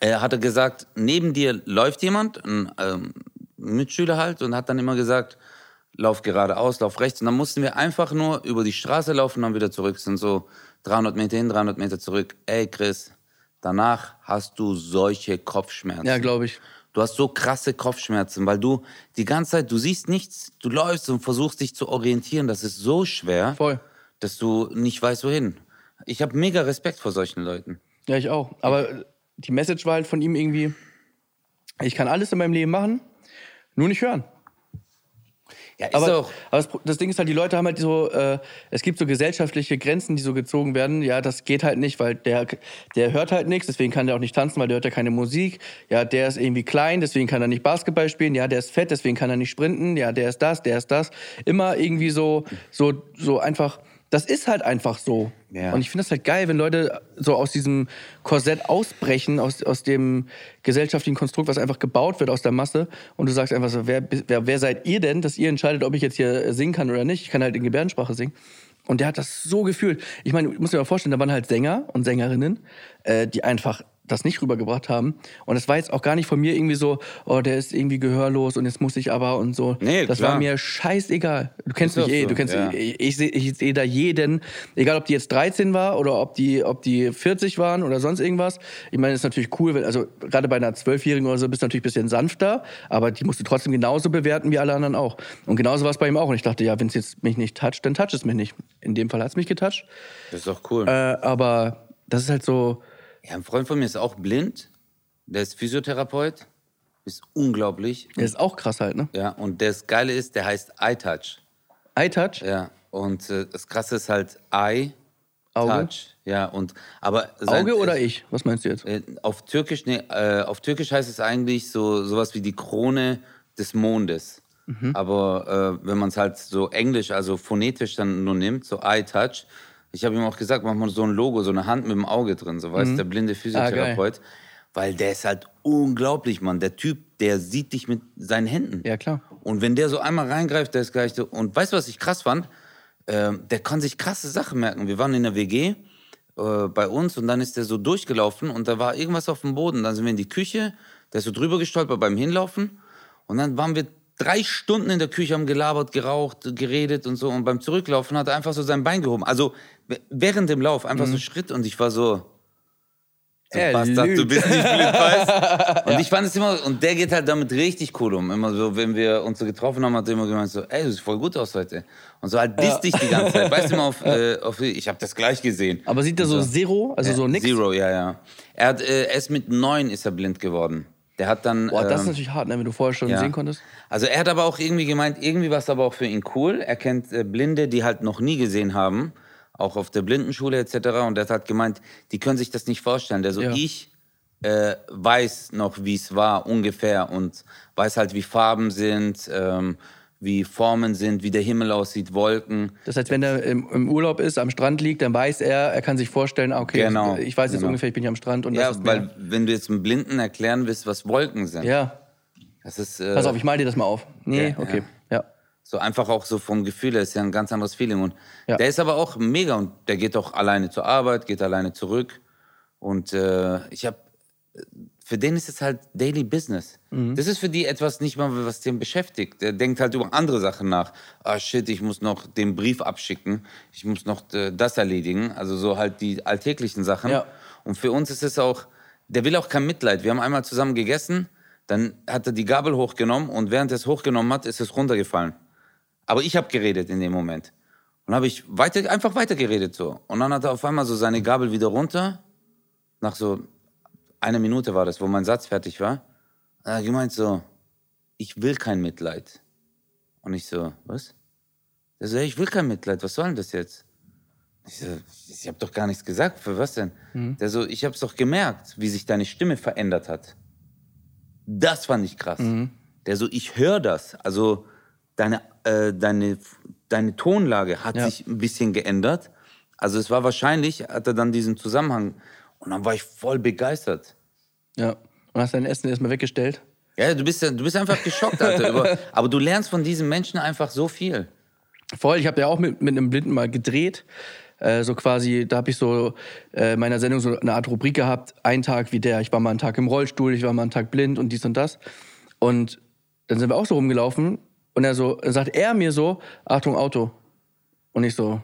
Speaker 2: äh, hat er gesagt, neben dir läuft jemand, ein ähm, Mitschüler halt, und hat dann immer gesagt, lauf geradeaus, lauf rechts. Und dann mussten wir einfach nur über die Straße laufen und dann wieder zurück. Sind so 300 Meter hin, 300 Meter zurück. Ey, Chris, danach hast du solche Kopfschmerzen.
Speaker 3: Ja, glaube ich.
Speaker 2: Du hast so krasse Kopfschmerzen, weil du die ganze Zeit, du siehst nichts, du läufst und versuchst dich zu orientieren. Das ist so schwer,
Speaker 3: Voll.
Speaker 2: dass du nicht weißt, wohin. Ich habe mega Respekt vor solchen Leuten.
Speaker 3: Ja, ich auch. Aber die Message war halt von ihm irgendwie, ich kann alles in meinem Leben machen, nur nicht hören.
Speaker 2: Ja, ist
Speaker 3: Aber,
Speaker 2: auch.
Speaker 3: aber das, Pro- das Ding ist halt, die Leute haben halt so, äh, es gibt so gesellschaftliche Grenzen, die so gezogen werden. Ja, das geht halt nicht, weil der, der hört halt nichts, deswegen kann der auch nicht tanzen, weil der hört ja keine Musik. Ja, der ist irgendwie klein, deswegen kann er nicht Basketball spielen. Ja, der ist fett, deswegen kann er nicht sprinten. Ja, der ist das, der ist das. Immer irgendwie so, so, so einfach. Das ist halt einfach so.
Speaker 2: Ja.
Speaker 3: Und ich finde das halt geil, wenn Leute so aus diesem Korsett ausbrechen, aus, aus dem gesellschaftlichen Konstrukt, was einfach gebaut wird aus der Masse. Und du sagst einfach so, wer, wer, wer seid ihr denn, dass ihr entscheidet, ob ich jetzt hier singen kann oder nicht? Ich kann halt in Gebärdensprache singen. Und der hat das so gefühlt. Ich meine, ich muss mir mal vorstellen, da waren halt Sänger und Sängerinnen, äh, die einfach das nicht rübergebracht haben. Und das war jetzt auch gar nicht von mir irgendwie so, oh, der ist irgendwie gehörlos und jetzt muss ich aber und so.
Speaker 2: Nee,
Speaker 3: das
Speaker 2: klar.
Speaker 3: war mir scheißegal. Du kennst
Speaker 2: Ist
Speaker 3: mich
Speaker 2: doch
Speaker 3: eh,
Speaker 2: so,
Speaker 3: du kennst
Speaker 2: ja.
Speaker 3: ich, ich sehe ich seh da jeden, egal ob die jetzt 13 war oder ob die, ob die 40 waren oder sonst irgendwas. Ich meine, es ist natürlich cool, wenn, also gerade bei einer 12-Jährigen oder so bist du natürlich ein bisschen sanfter, aber die musst du trotzdem genauso bewerten wie alle anderen auch. Und genauso war es bei ihm auch. Und ich dachte, ja, wenn es jetzt mich nicht toucht, dann toucht es mich nicht. In dem Fall hat es mich getoucht.
Speaker 2: Das ist doch cool.
Speaker 3: Äh, aber das ist halt so,
Speaker 2: ja, ein Freund von mir ist auch blind. Der ist Physiotherapeut. Ist unglaublich.
Speaker 3: das ist auch krass halt, ne?
Speaker 2: Ja, und das Geile ist, der heißt Eye-Touch.
Speaker 3: Eye-Touch,
Speaker 2: Ja, und äh, das Krasse ist halt Eye-Touch.
Speaker 3: Auge.
Speaker 2: Ja, und aber. sein-
Speaker 3: Auge oder ich? Was meinst du jetzt?
Speaker 2: Äh, auf, Türkisch, nee, äh, auf Türkisch heißt es eigentlich so sowas wie die Krone des Mondes.
Speaker 3: Mhm.
Speaker 2: Aber äh, wenn man es halt so englisch, also phonetisch dann nur nimmt, so Eye Touch. Ich habe ihm auch gesagt, mach mal so ein Logo, so eine Hand mit dem Auge drin, so
Speaker 3: Mhm.
Speaker 2: weißt du, der blinde
Speaker 3: Ah,
Speaker 2: Physiotherapeut. weil der ist halt unglaublich, Mann. Der Typ, der sieht dich mit seinen Händen.
Speaker 3: Ja, klar.
Speaker 2: Und wenn der so einmal reingreift, der ist gleich so. Und weißt du, was ich krass fand? Ähm, der kann sich krasse Sachen merken. Wir waren in der WG äh, bei uns und dann ist der so durchgelaufen und da war irgendwas auf dem Boden. Dann sind wir in die Küche, der ist so drüber gestolpert beim Hinlaufen und dann waren wir drei Stunden in der Küche, haben gelabert, geraucht, geredet und so. Und beim Zurücklaufen hat er einfach so sein Bein gehoben. Also w- während dem Lauf einfach so einen Schritt und ich war so. Du
Speaker 3: Mhm. Er
Speaker 2: Bastard, du
Speaker 3: lügt.
Speaker 2: bist nicht blind,
Speaker 3: [LAUGHS]
Speaker 2: weißt Und ich fand es immer, und der geht halt damit richtig cool um. Immer so, wenn wir uns so getroffen haben, hat er immer gemeint so, ey, du siehst voll gut aus heute. Und so halt disst dich die ganze Zeit. Weißt
Speaker 3: [LAUGHS]
Speaker 2: du immer auf, äh, auf ich habe das gleich gesehen.
Speaker 3: Aber sieht er so Zero, also so nix?
Speaker 2: Zero, ja, ja. Er, hat, äh, erst mit neun ist er blind geworden. Der hat dann.
Speaker 3: Boah, das ist
Speaker 2: ähm,
Speaker 3: natürlich hart, ne, wenn du vorher schon
Speaker 2: ja.
Speaker 3: sehen konntest.
Speaker 2: Also er hat aber auch irgendwie gemeint, irgendwie war es aber auch für ihn cool. Er kennt äh, Blinde, die halt noch nie gesehen haben, auch auf der Blindenschule etc. Und er hat gemeint, die können sich das nicht vorstellen. Der so,
Speaker 3: Ja.
Speaker 2: ich äh, weiß noch, wie es war ungefähr und weiß halt, wie Farben sind, ähm, wie Formen sind, wie der Himmel aussieht, Wolken.
Speaker 3: Das heißt, wenn er im, im Urlaub ist, am Strand liegt, dann weiß er, er kann sich vorstellen, ah, okay,
Speaker 2: Genau.
Speaker 3: ich weiß jetzt
Speaker 2: Genau.
Speaker 3: ungefähr, ich bin hier am Strand und
Speaker 2: Ja,
Speaker 3: das ist
Speaker 2: weil
Speaker 3: mir-
Speaker 2: wenn du jetzt einem Blinden erklären willst, was Wolken sind,
Speaker 3: Ja,
Speaker 2: das ist äh,
Speaker 3: pass auf, ich mal dir das mal auf. Nee,
Speaker 2: Ja,
Speaker 3: okay. Ja.
Speaker 2: so einfach auch so vom Gefühl, her, ist ja ein ganz anderes Feeling. Und
Speaker 3: Ja.
Speaker 2: der ist aber auch mega und der geht auch alleine zur Arbeit, geht alleine zurück. Und äh, ich habe, für den ist es halt Daily Business. Das ist für die etwas nicht mal, was den beschäftigt. Der denkt halt über andere Sachen nach. Ah shit, ich muss noch den Brief abschicken, ich muss noch äh, das erledigen. Also so halt die alltäglichen Sachen.
Speaker 3: Ja.
Speaker 2: Und für uns ist es auch, der will auch kein Mitleid. Wir haben einmal zusammen gegessen, dann hat er die Gabel hochgenommen und während er es hochgenommen hat, ist es runtergefallen. Aber ich habe geredet in dem Moment. Und habe ich weiter, einfach weitergeredet so. Und dann hat er auf einmal so seine Gabel wieder runter, nach so eine Minute war das, wo mein Satz fertig war. Da hat er gemeint so, ich will kein Mitleid. Und ich so, was? Er so, hey, ich will kein Mitleid, was soll denn das jetzt? Ich so, ich habe doch gar nichts gesagt, für was denn? Der so, ich hab's doch gemerkt, wie sich deine Stimme verändert hat. Das fand ich krass.
Speaker 3: Mhm.
Speaker 2: Der so, ich höre das. Also deine, äh, deine, deine Tonlage hat
Speaker 3: Ja.
Speaker 2: sich ein bisschen geändert. Also es war wahrscheinlich, hat er dann diesen Zusammenhang. Und dann war ich voll begeistert.
Speaker 3: Ja. Und hast dein Essen erstmal weggestellt.
Speaker 2: Ja, du bist, ja- du bist einfach geschockt,
Speaker 3: [LAUGHS]
Speaker 2: Alter. Über, aber du lernst von diesen Menschen einfach so viel.
Speaker 3: Voll, ich habe ja auch mit, mit einem Blinden mal gedreht. Äh, so quasi, da habe ich so äh, in meiner Sendung so eine Art Rubrik gehabt, ein Tag wie der. Ich war mal einen Tag im Rollstuhl, ich war mal einen Tag blind und dies und das. Und dann sind wir auch so rumgelaufen und er so, dann sagt er mir so, Achtung Auto. Und ich so,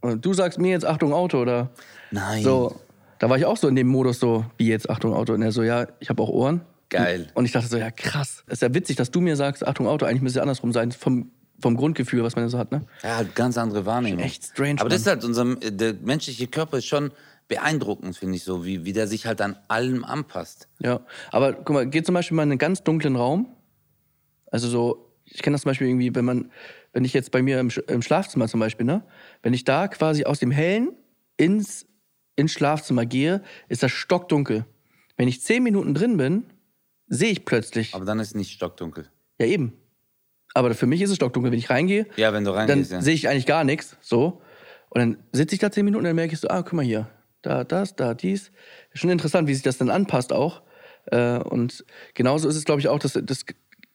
Speaker 3: und du sagst mir jetzt Achtung Auto oder
Speaker 2: Nein.
Speaker 3: so. Da war ich auch so in dem Modus so, wie jetzt Achtung Auto. Und er so, ja, ich habe auch Ohren.
Speaker 2: Geil.
Speaker 3: Und ich dachte so, ja krass, ist ja witzig, dass du mir sagst, Achtung Auto, eigentlich müsste es ja andersrum sein, vom, vom Grundgefühl, was man so hat, ne?
Speaker 2: Ja, halt ganz andere Wahrnehmung.
Speaker 3: Echt strange,
Speaker 2: Aber das ist halt unser, der menschliche Körper ist schon beeindruckend, finde ich so, wie, wie der sich halt an allem anpasst.
Speaker 3: Ja, aber guck mal, geh zum Beispiel mal in einen ganz dunklen Raum. Also so, ich kenne das zum Beispiel irgendwie, wenn man, wenn ich jetzt bei mir im, Sch- im Schlafzimmer zum Beispiel, ne, wenn ich da quasi aus dem Hellen ins, ins Schlafzimmer gehe, ist das stockdunkel. Wenn ich zehn Minuten drin bin, sehe ich plötzlich.
Speaker 2: Aber dann ist es nicht stockdunkel.
Speaker 3: ja, eben. Aber für mich ist es stockdunkel. Wenn ich reingehe,
Speaker 2: Ja, wenn du
Speaker 3: dann
Speaker 2: reingehst. ja.
Speaker 3: sehe ich eigentlich gar nichts. So. Und dann sitze ich da zehn Minuten und dann merke ich so, ah, guck mal hier, da, das, da, dies. Schon interessant, wie sich das dann anpasst auch. Äh, und genauso ist es, glaube ich, auch, dass das.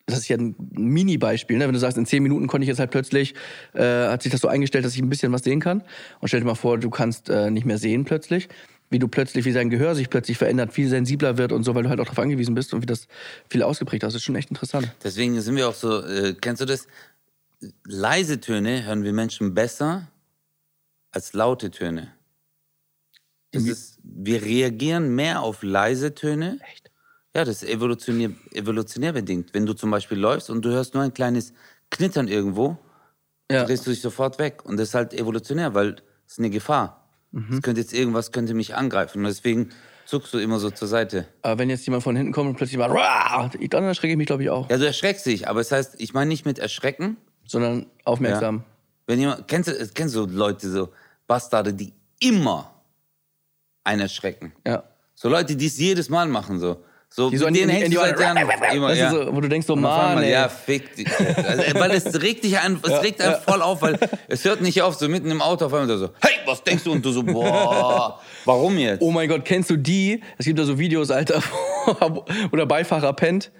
Speaker 3: Das ist ja ein Mini-Beispiel, ne? wenn du sagst, in zehn Minuten konnte ich jetzt halt plötzlich, äh, hat sich das so eingestellt, dass ich ein bisschen was sehen kann. Und stell dir mal vor, du kannst äh, nicht mehr sehen plötzlich, wie du plötzlich, wie dein Gehör sich plötzlich verändert, viel sensibler wird und so, weil du halt auch darauf angewiesen bist und wie das viel ausgeprägt hast. Das ist schon echt interessant.
Speaker 2: Deswegen sind wir auch so, äh, kennst du das? Leise Töne hören wir Menschen besser als laute Töne. Das ist, wir reagieren mehr auf leise Töne.
Speaker 3: Echt?
Speaker 2: Ja, das ist evolutionär, evolutionär bedingt. Wenn du zum Beispiel läufst und du hörst nur ein kleines Knittern irgendwo,
Speaker 3: Ja.
Speaker 2: drehst du dich sofort weg. Und das ist halt evolutionär, weil es ist eine Gefahr. Es könnte jetzt irgendwas könnte mich angreifen. Und deswegen zuckst du immer so zur Seite.
Speaker 3: Aber wenn jetzt jemand von hinten kommt und plötzlich mal, "Ruah!", dann erschrecke ich mich, glaube ich, auch.
Speaker 2: Ja, du erschreckst dich, aber es das heißt, ich meine nicht mit erschrecken.
Speaker 3: Sondern
Speaker 2: Ja.
Speaker 3: aufmerksam.
Speaker 2: Wenn jemand, kennst du, kennst du Leute, so Bastarde, die immer einen erschrecken?
Speaker 3: Ja.
Speaker 2: So Leute, die es jedes Mal machen, so. So,
Speaker 3: Die so in die- in die-
Speaker 2: seit Jahren immer,
Speaker 3: Das
Speaker 2: ja.
Speaker 3: ist so, wo du denkst, so,
Speaker 2: Und auf
Speaker 3: Mann,
Speaker 2: einmal,
Speaker 3: ey.
Speaker 2: ja, fick dich. Also, weil es regt dich an, es regt einen voll auf, weil es hört nicht auf, so mitten im Auto auf einmal so, hey, was denkst du? Und du so, boah, warum jetzt?
Speaker 3: Oh mein Gott, kennst du die? Es gibt da so Videos, Alter, [LAUGHS] wo wo der Beifahrer pennt.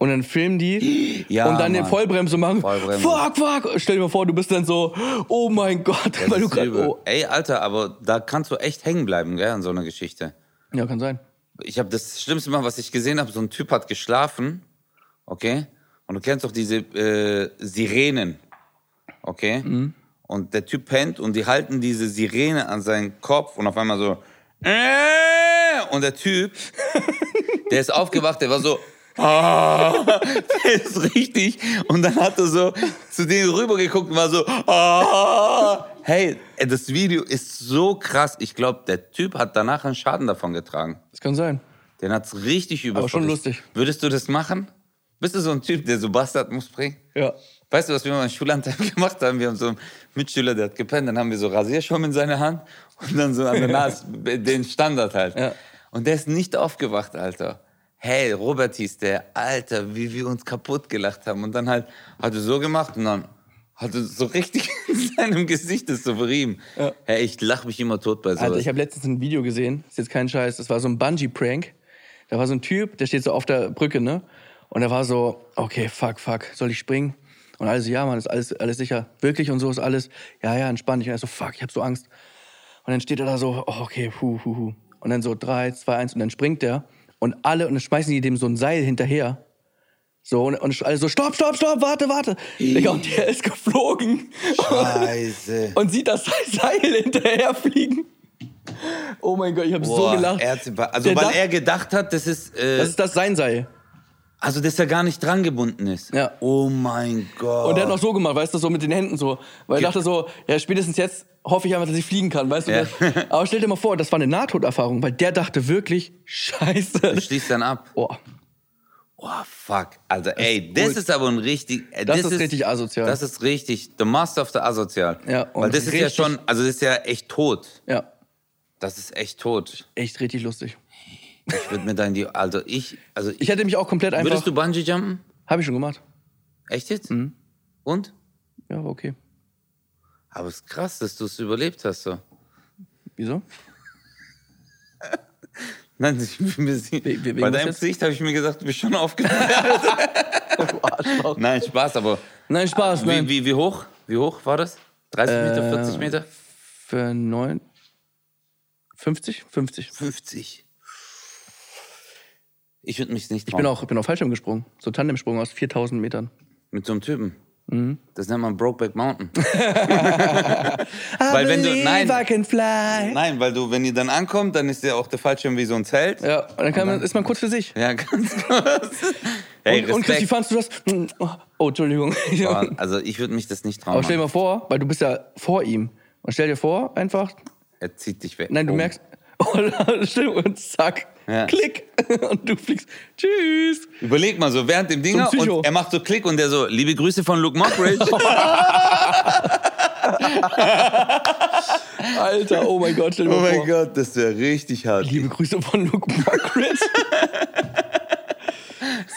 Speaker 3: Und dann filmen die
Speaker 2: Ja,
Speaker 3: und dann eine
Speaker 2: Mann.
Speaker 3: Vollbremse machen.
Speaker 2: Vollbremse.
Speaker 3: Fuck, fuck. Stell dir mal vor, du bist dann so, oh mein Gott,
Speaker 2: Das
Speaker 3: weil du
Speaker 2: ist
Speaker 3: grad,
Speaker 2: übel.
Speaker 3: oh.
Speaker 2: Ey, Alter, aber da kannst du echt hängen bleiben, gell, an so einer Geschichte.
Speaker 3: Ja, kann sein.
Speaker 2: Ich habe das Schlimmste Mal, was ich gesehen habe, so ein Typ hat geschlafen, okay? Und du kennst doch diese äh, Sirenen, okay? Und der Typ pennt und die halten diese Sirene an seinen Kopf und auf einmal so äh, und der Typ, der ist aufgewacht, der war so ah, [LAUGHS] der ist richtig und dann hat er so zu denen rübergeguckt und war so ah. Hey, das Video ist so krass. Ich glaube, der Typ hat danach einen Schaden davon getragen.
Speaker 3: Das kann sein.
Speaker 2: Den hat's richtig über.
Speaker 3: schon lustig.
Speaker 2: Würdest du das machen? Bist du so ein Typ, der so Bastard muss bringen?
Speaker 3: Ja.
Speaker 2: Weißt du, was wir mal im Schulanteil [LAUGHS] gemacht haben? Wir haben so einen Mitschüler, der hat gepennt, dann haben wir so Rasierschaum in seiner Hand und dann so an
Speaker 3: [LAUGHS]
Speaker 2: der Nase, den Standard halt.
Speaker 3: Ja.
Speaker 2: Und der ist nicht aufgewacht, Alter. Hey, Robert hieß der, Alter, wie wir uns kaputt gelacht haben. Und dann halt hat er so gemacht und dann hat er so richtig [LAUGHS] in seinem Gesicht das so verrieben. Hey, ich lach mich immer tot bei sowas.
Speaker 3: Alter, ich habe letztens ein Video gesehen, ist jetzt kein Scheiß, das war so ein Bungee-Prank. Da war so ein Typ, der steht so auf der Brücke, ne? Und er war so, okay, fuck, fuck, soll ich springen? Und alles, ja, Mann, ist alles, alles sicher. Wirklich und so ist alles. Ja, ja, entspann dich. Und er so, fuck, ich hab so Angst. Und dann steht er da so, oh, okay, hu, hu, hu. Und dann so drei, zwei, eins und dann springt der. Und alle, und dann schmeißen die dem so ein Seil hinterher. So, und, und alle so, stopp, stopp, stopp, warte, warte. Digga, und der ist geflogen.
Speaker 2: Scheiße.
Speaker 3: und sieht das Seil hinterherfliegen. Oh mein Gott, ich habe so
Speaker 2: Boah,
Speaker 3: gelacht.
Speaker 2: Er hat, also,
Speaker 3: Der
Speaker 2: weil
Speaker 3: dacht-
Speaker 2: er gedacht hat, das ist. Äh,
Speaker 3: das ist das sein Seil.
Speaker 2: Also, dass er gar nicht dran gebunden ist.
Speaker 3: Ja.
Speaker 2: Oh mein Gott.
Speaker 3: Und der hat noch so gemacht, weißt du, so mit den Händen so. Weil er dachte so, ja, spätestens jetzt hoffe ich einfach, dass ich fliegen kann, weißt du.
Speaker 2: Ja.
Speaker 3: Das- Aber stell dir mal vor, das war eine Nahtoderfahrung, weil der dachte wirklich, [LAUGHS] scheiße.
Speaker 2: Das schließt dann ab.
Speaker 3: Oh,
Speaker 2: Oh, fuck. Also, ey, das ist aber ein richtig. äh,
Speaker 3: Das ist richtig asozial.
Speaker 2: Das ist richtig. The master of the asozial.
Speaker 3: Ja, und
Speaker 2: Weil das ist ja
Speaker 3: richtig-
Speaker 2: schon, also, das ist ja echt tot.
Speaker 3: ja,
Speaker 2: Das ist echt tot.
Speaker 3: echt richtig lustig.
Speaker 2: Ich würde mir dann die, also ich, also ich,
Speaker 3: Ich hätte mich auch komplett einfach... Mhm.
Speaker 2: würdest du Bungee jumpen?
Speaker 3: Habe ich schon gemacht.
Speaker 2: Echt jetzt? Und?
Speaker 3: Ja, war okay.
Speaker 2: Aber es ist krass, dass du es überlebt hast. So. [LAUGHS]
Speaker 3: Wieso?
Speaker 2: Nein, [LAUGHS] ich bin mir sie-
Speaker 3: We- we- wegen
Speaker 2: bei
Speaker 3: was
Speaker 2: deinem
Speaker 3: jetzt?
Speaker 2: Gesicht habe ich mir gesagt, du bist schon [LAUGHS] aufgenommen. Nein, Spaß, aber
Speaker 3: Nein, Spaß, Äh,
Speaker 2: wie,
Speaker 3: nein.
Speaker 2: wie, wie hoch? Wie hoch war das? 30 Meter, 40 Meter?
Speaker 3: Für neun... 50? 50.
Speaker 2: 50. Ich würde mich nicht
Speaker 3: Ich bin
Speaker 2: trauen.
Speaker 3: auch, bin auf Fallschirm gesprungen. So Tandemsprung aus 4000 Metern.
Speaker 2: Mit so einem Typen.
Speaker 3: Mhm.
Speaker 2: Das nennt man
Speaker 3: [LAUGHS]
Speaker 2: Brokeback Mountain. [LAUGHS] Weil wenn du- nein.
Speaker 3: I can fly.
Speaker 2: Nein, weil du, wenn ihr dann ankommt, dann ist ja auch der Fallschirm wie so ein Zelt.
Speaker 3: Ja, und dann, kann man, ist man kurz für sich.
Speaker 2: Ja, [LAUGHS] ganz kurz. Hey,
Speaker 3: und, und Chris, wie fandst
Speaker 2: Respekt.
Speaker 3: du das? Oh, Entschuldigung.
Speaker 2: also ich würde mich das nicht
Speaker 3: [LAUGHS]
Speaker 2: trauen.
Speaker 3: Aber stell dir mal vor, weil du bist ja vor ihm. Und stell dir vor, einfach,
Speaker 2: Mann. er zieht dich weg.
Speaker 3: nein, du
Speaker 2: Oh.
Speaker 3: merkst, [LAUGHS] oh, stell und zack,
Speaker 2: Ja.
Speaker 3: klick. [LAUGHS] Und du fliegst, tschüss.
Speaker 2: Überleg mal so, während dem Dinger
Speaker 3: Psycho.
Speaker 2: und er macht so Klick und der so, liebe Grüße von
Speaker 3: [LAUGHS]
Speaker 2: Luke Mockridge.
Speaker 3: Alter, oh mein Gott, stell dir mal vor.
Speaker 2: Gott, das wäre richtig hart.
Speaker 3: Liebe Grüße von Luke Mockridge.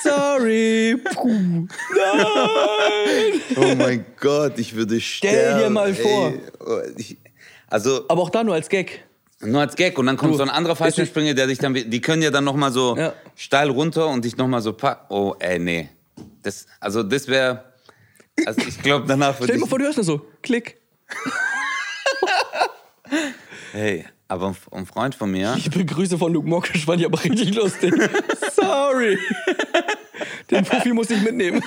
Speaker 3: Sorry. Puh. Nein.
Speaker 2: Oh mein Gott, ich würde sterben.
Speaker 3: dir mal vor.
Speaker 2: vor. Also
Speaker 3: Aber auch da nur als Gag.
Speaker 2: nur als Gag und dann kommt
Speaker 3: Du,
Speaker 2: so ein anderer Fallschirmspringer, der dich dann, wie- die können ja dann nochmal so
Speaker 3: Ja.
Speaker 2: steil runter und dich nochmal so packen. Oh, ey, nee. Das, also das wäre, also ich glaube danach würde
Speaker 3: Stell dir
Speaker 2: ich,
Speaker 3: mal vor, du hörst nur so, klick.
Speaker 2: hey, aber ein, ein Freund von mir,
Speaker 3: Liebe Grüße von Luke Mockridge, fand ich aber richtig lustig. Sorry. Den Profi muss ich mitnehmen.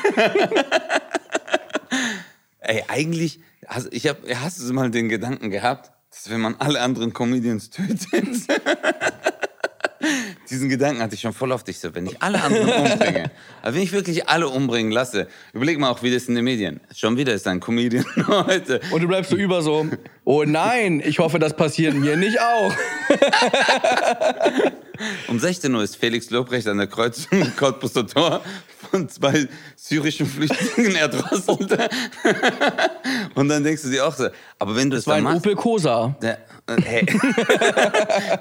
Speaker 2: Ey, eigentlich, hast, ich hab, hast du mal den Gedanken gehabt, dass wenn man alle anderen Comedians tötet, [LAUGHS] diesen Gedanken hatte ich schon voll auf dich, so, wenn ich alle anderen
Speaker 3: [LAUGHS]
Speaker 2: umbringe, aber wenn ich wirklich alle umbringen lasse, überleg mal auch, wie das in den Medien, schon wieder ist ein Comedian [LAUGHS] heute.
Speaker 3: Und du bleibst so über so, oh nein, ich hoffe, das passiert mir nicht auch.
Speaker 2: Um 16 Uhr ist Felix Lobrecht an der Kreuzung im Cottbusser Tor von zwei syrischen Flüchtlingen [LAUGHS] erdrosselt. Und dann denkst du dir auch so, aber wenn du es
Speaker 3: Das war
Speaker 2: dann
Speaker 3: ein
Speaker 2: machst,
Speaker 3: Opel Cosa.
Speaker 2: Der, äh, hey.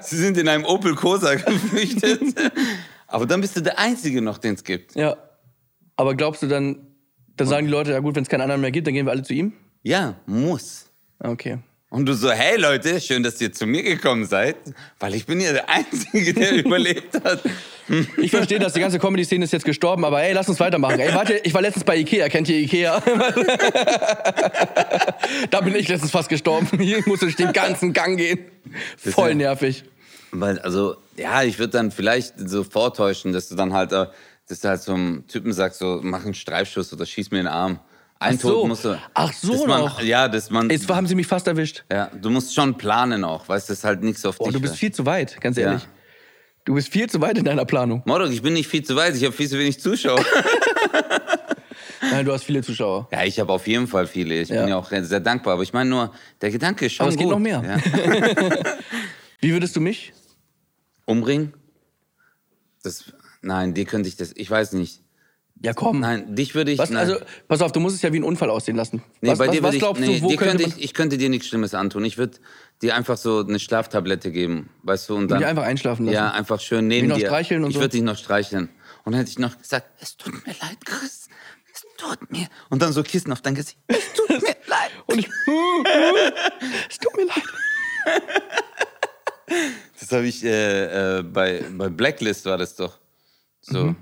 Speaker 2: [LAUGHS] Sie sind in einem Opel Corsa geflüchtet. Aber dann bist du der Einzige noch, den es gibt.
Speaker 3: Ja. Aber glaubst du dann, dann sagen die Leute, ja gut, wenn es keinen anderen mehr gibt, dann gehen wir alle zu ihm?
Speaker 2: Ja, muss.
Speaker 3: Ah, Okay.
Speaker 2: Und du so, hey Leute, schön, dass ihr zu mir gekommen seid, weil ich bin ja der Einzige, der [LAUGHS] überlebt hat.
Speaker 3: Ich verstehe das, die ganze Comedy-Szene ist jetzt gestorben, aber ey, lass uns weitermachen. Ey, warte, ich war letztens bei Ikea, kennt ihr Ikea? [LAUGHS] da bin ich letztens fast gestorben. Ich musste durch den ganzen Gang gehen. Voll nervig.
Speaker 2: Weil, also, ja, ich würde dann vielleicht so vortäuschen, dass du dann halt, äh, dass du halt zum Typen sagst, so, mach einen Streifschuss oder schieß mir in den Arm. Ein
Speaker 3: Ach so.
Speaker 2: Tod musst du.
Speaker 3: Ach so
Speaker 2: dass man,
Speaker 3: noch.
Speaker 2: Ja, dass man.
Speaker 3: Jetzt haben sie mich fast erwischt.
Speaker 2: ja, du musst schon planen auch, weißt du, das ist halt nichts auf
Speaker 3: Oh,
Speaker 2: dich.
Speaker 3: du bist
Speaker 2: läuft.
Speaker 3: viel zu weit, ganz
Speaker 2: Ja.
Speaker 3: ehrlich. Du bist viel zu weit in deiner Planung.
Speaker 2: Mordok, ich bin nicht viel zu weit, ich habe viel zu wenig Zuschauer.
Speaker 3: [LAUGHS] Nein, du hast viele Zuschauer.
Speaker 2: ja, ich habe auf jeden Fall viele. Ich
Speaker 3: Ja.
Speaker 2: bin ja auch sehr dankbar. Aber ich meine nur, der Gedanke ist schon
Speaker 3: Aber es
Speaker 2: gut.
Speaker 3: geht noch mehr.
Speaker 2: Ja.
Speaker 3: Wie würdest du mich?
Speaker 2: Umringen? Das, nein, dir könnte ich das, ich weiß nicht.
Speaker 3: Ja, komm.
Speaker 2: Nein, dich würde ich,
Speaker 3: Was,
Speaker 2: nein.
Speaker 3: also, pass auf, du musst es ja wie ein Unfall aussehen lassen.
Speaker 2: nee,
Speaker 3: was,
Speaker 2: bei
Speaker 3: was,
Speaker 2: dir
Speaker 3: was
Speaker 2: würde
Speaker 3: glaubst
Speaker 2: ich, nee,
Speaker 3: du, wo
Speaker 2: dir
Speaker 3: könnte
Speaker 2: könnte
Speaker 3: man
Speaker 2: ich, ich könnte dir nichts Schlimmes antun. Ich würde dir einfach so eine Schlaftablette geben, weißt du, und dann.
Speaker 3: mich einfach einschlafen lassen?
Speaker 2: Ja, einfach schön neben
Speaker 3: noch
Speaker 2: dir.
Speaker 3: streicheln und
Speaker 2: ich
Speaker 3: so?
Speaker 2: würde dich noch streicheln. Und dann hätte ich noch gesagt, es tut mir leid, Chris. Es tut mir. Und dann so Kissen auf dein Gesicht. Es
Speaker 3: [LAUGHS]
Speaker 2: tut mir leid.
Speaker 3: Und
Speaker 2: [LAUGHS]
Speaker 3: ich, es tut mir leid.
Speaker 2: Das habe ich äh, äh, bei, bei Blacklist war das doch. So.
Speaker 3: Mhm.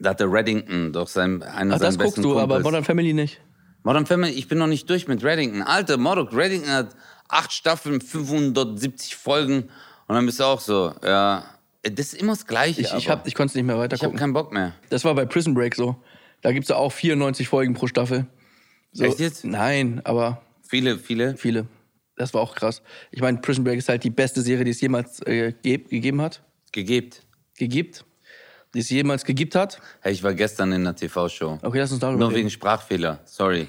Speaker 2: Da hat der Reddington doch sein, einer
Speaker 3: Ach,
Speaker 2: seiner
Speaker 3: Ah, das
Speaker 2: besten
Speaker 3: guckst du,
Speaker 2: Kumpels.
Speaker 3: aber Modern Family nicht.
Speaker 2: Modern Family, ich bin noch nicht durch mit Reddington. Alter, Mordok, Reddington hat acht Staffeln, 570 Folgen. Und dann bist du auch so, ja, Äh, das ist immer das Gleiche.
Speaker 3: Ich, ich,
Speaker 2: aber
Speaker 3: hab, ich konnte es nicht mehr
Speaker 2: ich hab
Speaker 3: weitergucken.
Speaker 2: keinen Bock mehr.
Speaker 3: das war bei Prison Break so. Da gibt es ja auch 94 Folgen pro Staffel. So,
Speaker 2: Echt jetzt?
Speaker 3: Nein, aber
Speaker 2: Viele, viele.
Speaker 3: viele. Das war auch krass. Ich meine, Prison Break ist halt die beste Serie, die es jemals äh, ge gegeben hat.
Speaker 2: Gegebt.
Speaker 3: Gegibt. die es jemals gegeben hat.
Speaker 2: Hey, ich war gestern in einer TV-Show.
Speaker 3: Okay, lass uns darüber
Speaker 2: Nur
Speaker 3: reden.
Speaker 2: wegen Sprachfehler, sorry.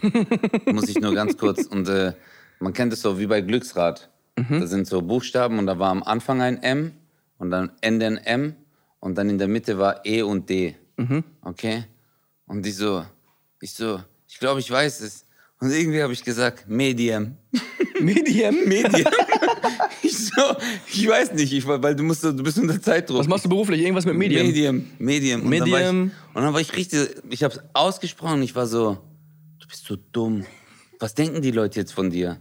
Speaker 2: Muss ich nur ganz kurz. Und äh, man kennt es so wie bei Glücksrad. Da sind so Buchstaben und da war am Anfang ein M und dann Ende ein M und dann in der Mitte war E und D. Okay? Und die so, ich so, ich glaube, ich weiß es. Und irgendwie habe ich gesagt, Medium.
Speaker 3: Medien?
Speaker 2: Medium. [LAUGHS] ich so, ich weiß nicht, ich, weil du musst, so- du bist unter Zeitdruck.
Speaker 3: Was machst du beruflich? Irgendwas mit Medien?
Speaker 2: Medium. Medium. Und
Speaker 3: Medium.
Speaker 2: Dann war ich, und dann war ich richtig, ich hab's ausgesprochen, ich war so, du bist so dumm. Was denken die Leute jetzt von dir?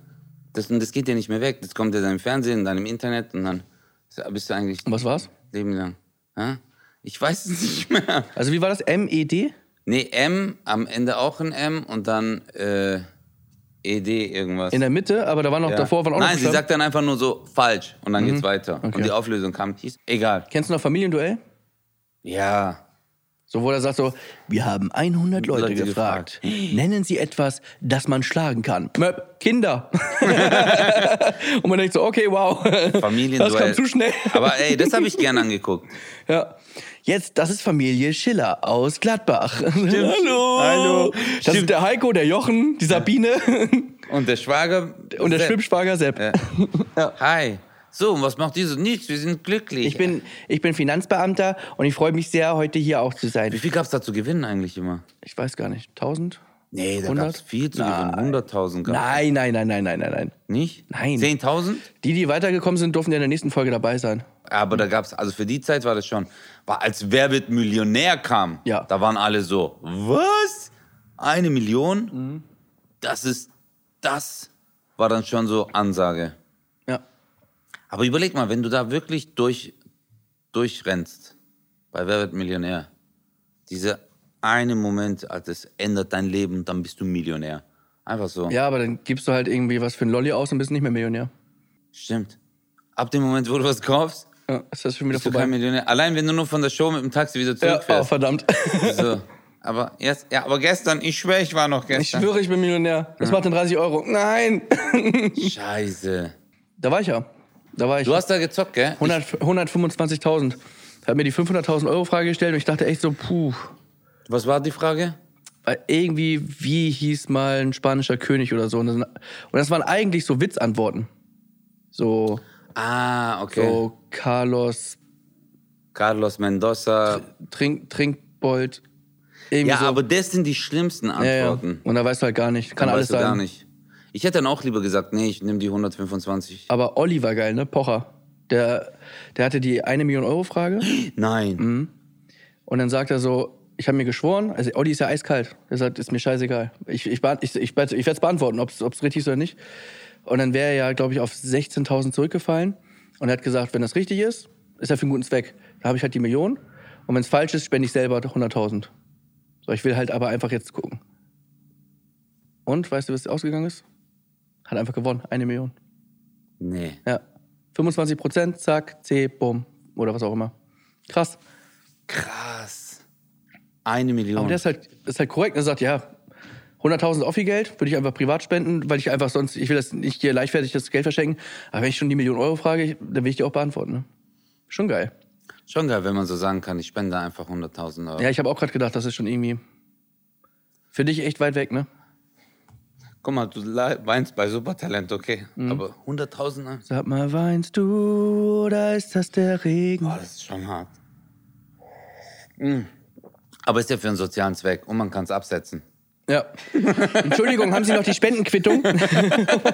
Speaker 2: Das, und das geht ja nicht mehr weg. Das kommt ja dann im Fernsehen, dann im Internet und dann bist du eigentlich
Speaker 3: Und was war's?
Speaker 2: Leben lang. Ja? Ich weiß es [LAUGHS] nicht mehr.
Speaker 3: Also wie war das? M-E-D?
Speaker 2: Nee, M, am Ende auch ein M und dann äh, ED irgendwas.
Speaker 3: In der Mitte, aber da waren noch
Speaker 2: Ja.
Speaker 3: davor waren auch noch
Speaker 2: Nein, sie
Speaker 3: Buchstaben. Mhm.
Speaker 2: sagt dann einfach nur so falsch und dann geht's weiter.
Speaker 3: Okay.
Speaker 2: Und die Auflösung kam hieß, egal.
Speaker 3: Kennst du noch Familienduell?
Speaker 2: Ja.
Speaker 3: So, wo er sagt so, wir haben 100 Leute,
Speaker 2: Leute
Speaker 3: gefragt. Nennen Sie etwas, das man schlagen kann. Möp,
Speaker 2: [LAUGHS]
Speaker 3: Kinder. [LAUGHS] Und man denkt so, okay, wow.
Speaker 2: Familienduell.
Speaker 3: Das kam zu schnell.
Speaker 2: Aber ey, das habe ich gern angeguckt.
Speaker 3: Ja. Jetzt, das ist Familie Schiller aus Gladbach. Hallo.
Speaker 2: Hallo.
Speaker 3: Das
Speaker 2: Stimmt.
Speaker 3: ist der Heiko, der Jochen, die Sabine [LAUGHS]
Speaker 2: Und der Schwager.
Speaker 3: und der
Speaker 2: Sepp.
Speaker 3: Schwimmschwager Sepp.
Speaker 2: Hi. So, und was macht diese? Nichts, wir sind glücklich.
Speaker 3: Ich, bin, ich bin Finanzbeamter und ich freue mich sehr, heute hier auch zu
Speaker 2: Wie
Speaker 3: sein.
Speaker 2: viel gab es da zu gewinnen eigentlich immer?
Speaker 3: Ich weiß gar nicht, 1000?
Speaker 2: Nee, da
Speaker 3: 100?
Speaker 2: gab es viel zu
Speaker 3: Nein.
Speaker 2: gewinnen. 100.000 gab
Speaker 3: Nein, nein, nein, nein, nein, nein, nein.
Speaker 2: Nicht?
Speaker 3: Nein.
Speaker 2: 10.000?
Speaker 3: Die, die weitergekommen sind, durften ja in der nächsten Folge dabei sein.
Speaker 2: Aber da gab es, also für die Zeit war das schon, war als Wer wird Millionär kam,
Speaker 3: Ja.
Speaker 2: da waren alle so, was? Eine Million?
Speaker 3: Mhm.
Speaker 2: Das ist, das war dann schon so Ansage.
Speaker 3: Ja.
Speaker 2: Aber überleg mal, wenn du da wirklich durch, durchrennst, bei Wer wird Millionär, dieser eine Moment, Alter, das ändert dein Leben, dann bist du Millionär. Einfach so.
Speaker 3: Ja, aber dann gibst du halt irgendwie was für ein Lolli aus und bist nicht mehr Millionär.
Speaker 2: Stimmt. Ab dem Moment, wo du was kaufst,
Speaker 3: Ja, ist das schon wieder
Speaker 2: bist du kein
Speaker 3: vorbei.
Speaker 2: Millionär. Allein wenn du nur von der Show mit dem Taxi wieder
Speaker 3: Ja, oh,
Speaker 2: zurückfährst.
Speaker 3: verdammt.
Speaker 2: so. Aber jetzt, ja, aber gestern, ich schwöre, ich war noch
Speaker 3: Ich
Speaker 2: gestern.
Speaker 3: schwöre, ich bin Millionär. Das macht dann 30 Euro. Nein!
Speaker 2: Scheiße.
Speaker 3: Da war ich ja. Da war ich.
Speaker 2: Du hast da gezockt, gell?
Speaker 3: 100 125.000. Hat mir die 500.000 Euro Frage gestellt und ich dachte echt so, puh.
Speaker 2: Ich, was war die Frage?
Speaker 3: Weil irgendwie, wie hieß mal ein spanischer König oder so. Und das, und das waren eigentlich so Witzantworten. So,
Speaker 2: Ah, okay.
Speaker 3: so Carlos
Speaker 2: Carlos Mendoza.
Speaker 3: Trink, Trinkbold. Irgendwie
Speaker 2: Ja,
Speaker 3: so.
Speaker 2: aber das sind die schlimmsten
Speaker 3: Ja, ja.
Speaker 2: Antworten.
Speaker 3: Und da weißt du halt gar nicht. Kann
Speaker 2: Dann
Speaker 3: alles
Speaker 2: weißt du
Speaker 3: sein.
Speaker 2: gar nicht. Ich hätte dann auch lieber gesagt, nee, ich nehme die 125.
Speaker 3: Aber Olli war geil, ne? Pocher. Der, der hatte die eine Million Euro Frage
Speaker 2: Nein.
Speaker 3: Mhm. und dann sagt er so, ich habe mir geschworen, also Olli ist ja eiskalt. Er sagt, ist mir scheißegal. Ich, ich, beant- ich, ich, beant- ich werde es beantworten, ob es richtig ist oder nicht. Und dann wäre er ja, glaube ich, auf 16.000 zurückgefallen und er hat gesagt, wenn das richtig ist, ist er für einen guten Zweck. Da habe ich halt die Million und wenn es falsch ist, spende ich selber 100.000. So, ich will halt aber einfach jetzt gucken. Und, weißt du, was ausgegangen ist? Hat einfach gewonnen, eine Million.
Speaker 2: Nee.
Speaker 3: Ja. 25 Prozent, zack, C, bumm. Oder was auch immer. Krass.
Speaker 2: Krass. Eine Million.
Speaker 3: Aber der ist halt, ist halt korrekt. Er sagt, ja, 100.000 Offi-Geld würde ich einfach privat spenden, weil ich einfach sonst, ich will das nicht hier leichtfertig das Geld verschenken. Aber wenn ich schon die Million Euro frage, ich- dann will ich die auch beantworten. Ne? Schon geil.
Speaker 2: Schon geil, wenn man so sagen kann, ich spende einfach 100.000 Euro.
Speaker 3: Ja, ich habe auch gerade gedacht, das ist schon irgendwie für dich echt weit weg, ne?
Speaker 2: Guck mal, du le- weinst bei Supertalent, okay.
Speaker 3: Mhm.
Speaker 2: Aber ne? 100.000 Euro?
Speaker 3: Sag mal, weinst du oder ist das der Regen?
Speaker 2: Boah, das ist schon hart. Mm. Aber ist ja für einen sozialen Zweck und man kann es absetzen.
Speaker 3: Ja. Entschuldigung, haben Sie noch die Spendenquittung?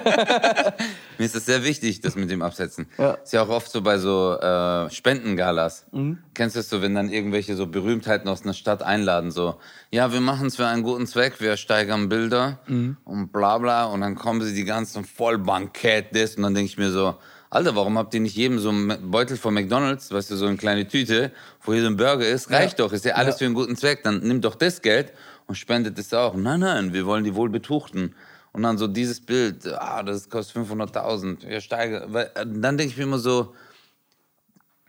Speaker 2: Mir ist das sehr wichtig, das mit dem Absetzen.
Speaker 3: Ja.
Speaker 2: Ist ja auch oft so bei so äh, Spendengalas. Kennst du das so, wenn dann irgendwelche so Berühmtheiten aus einer Stadt einladen, so, ja, wir machen es für einen guten Zweck, wir steigern Bilder und bla bla und dann kommen sie die ganzen Vollbankett, das und dann denke ich mir so, Alter, warum habt ihr nicht jedem so einen Beutel von McDonalds, weißt du, so eine kleine Tüte, wo hier so ein Burger ist, reicht doch, ist ja alles
Speaker 3: Ja.
Speaker 2: für einen guten Zweck, dann nimmt doch das Geld und spendet es auch. Nein, nein, wir wollen die Wohlbetuchten. Und dann so dieses Bild, ah, das kostet 500.000, wir steigern. Weil, äh, Dann denke ich mir immer so,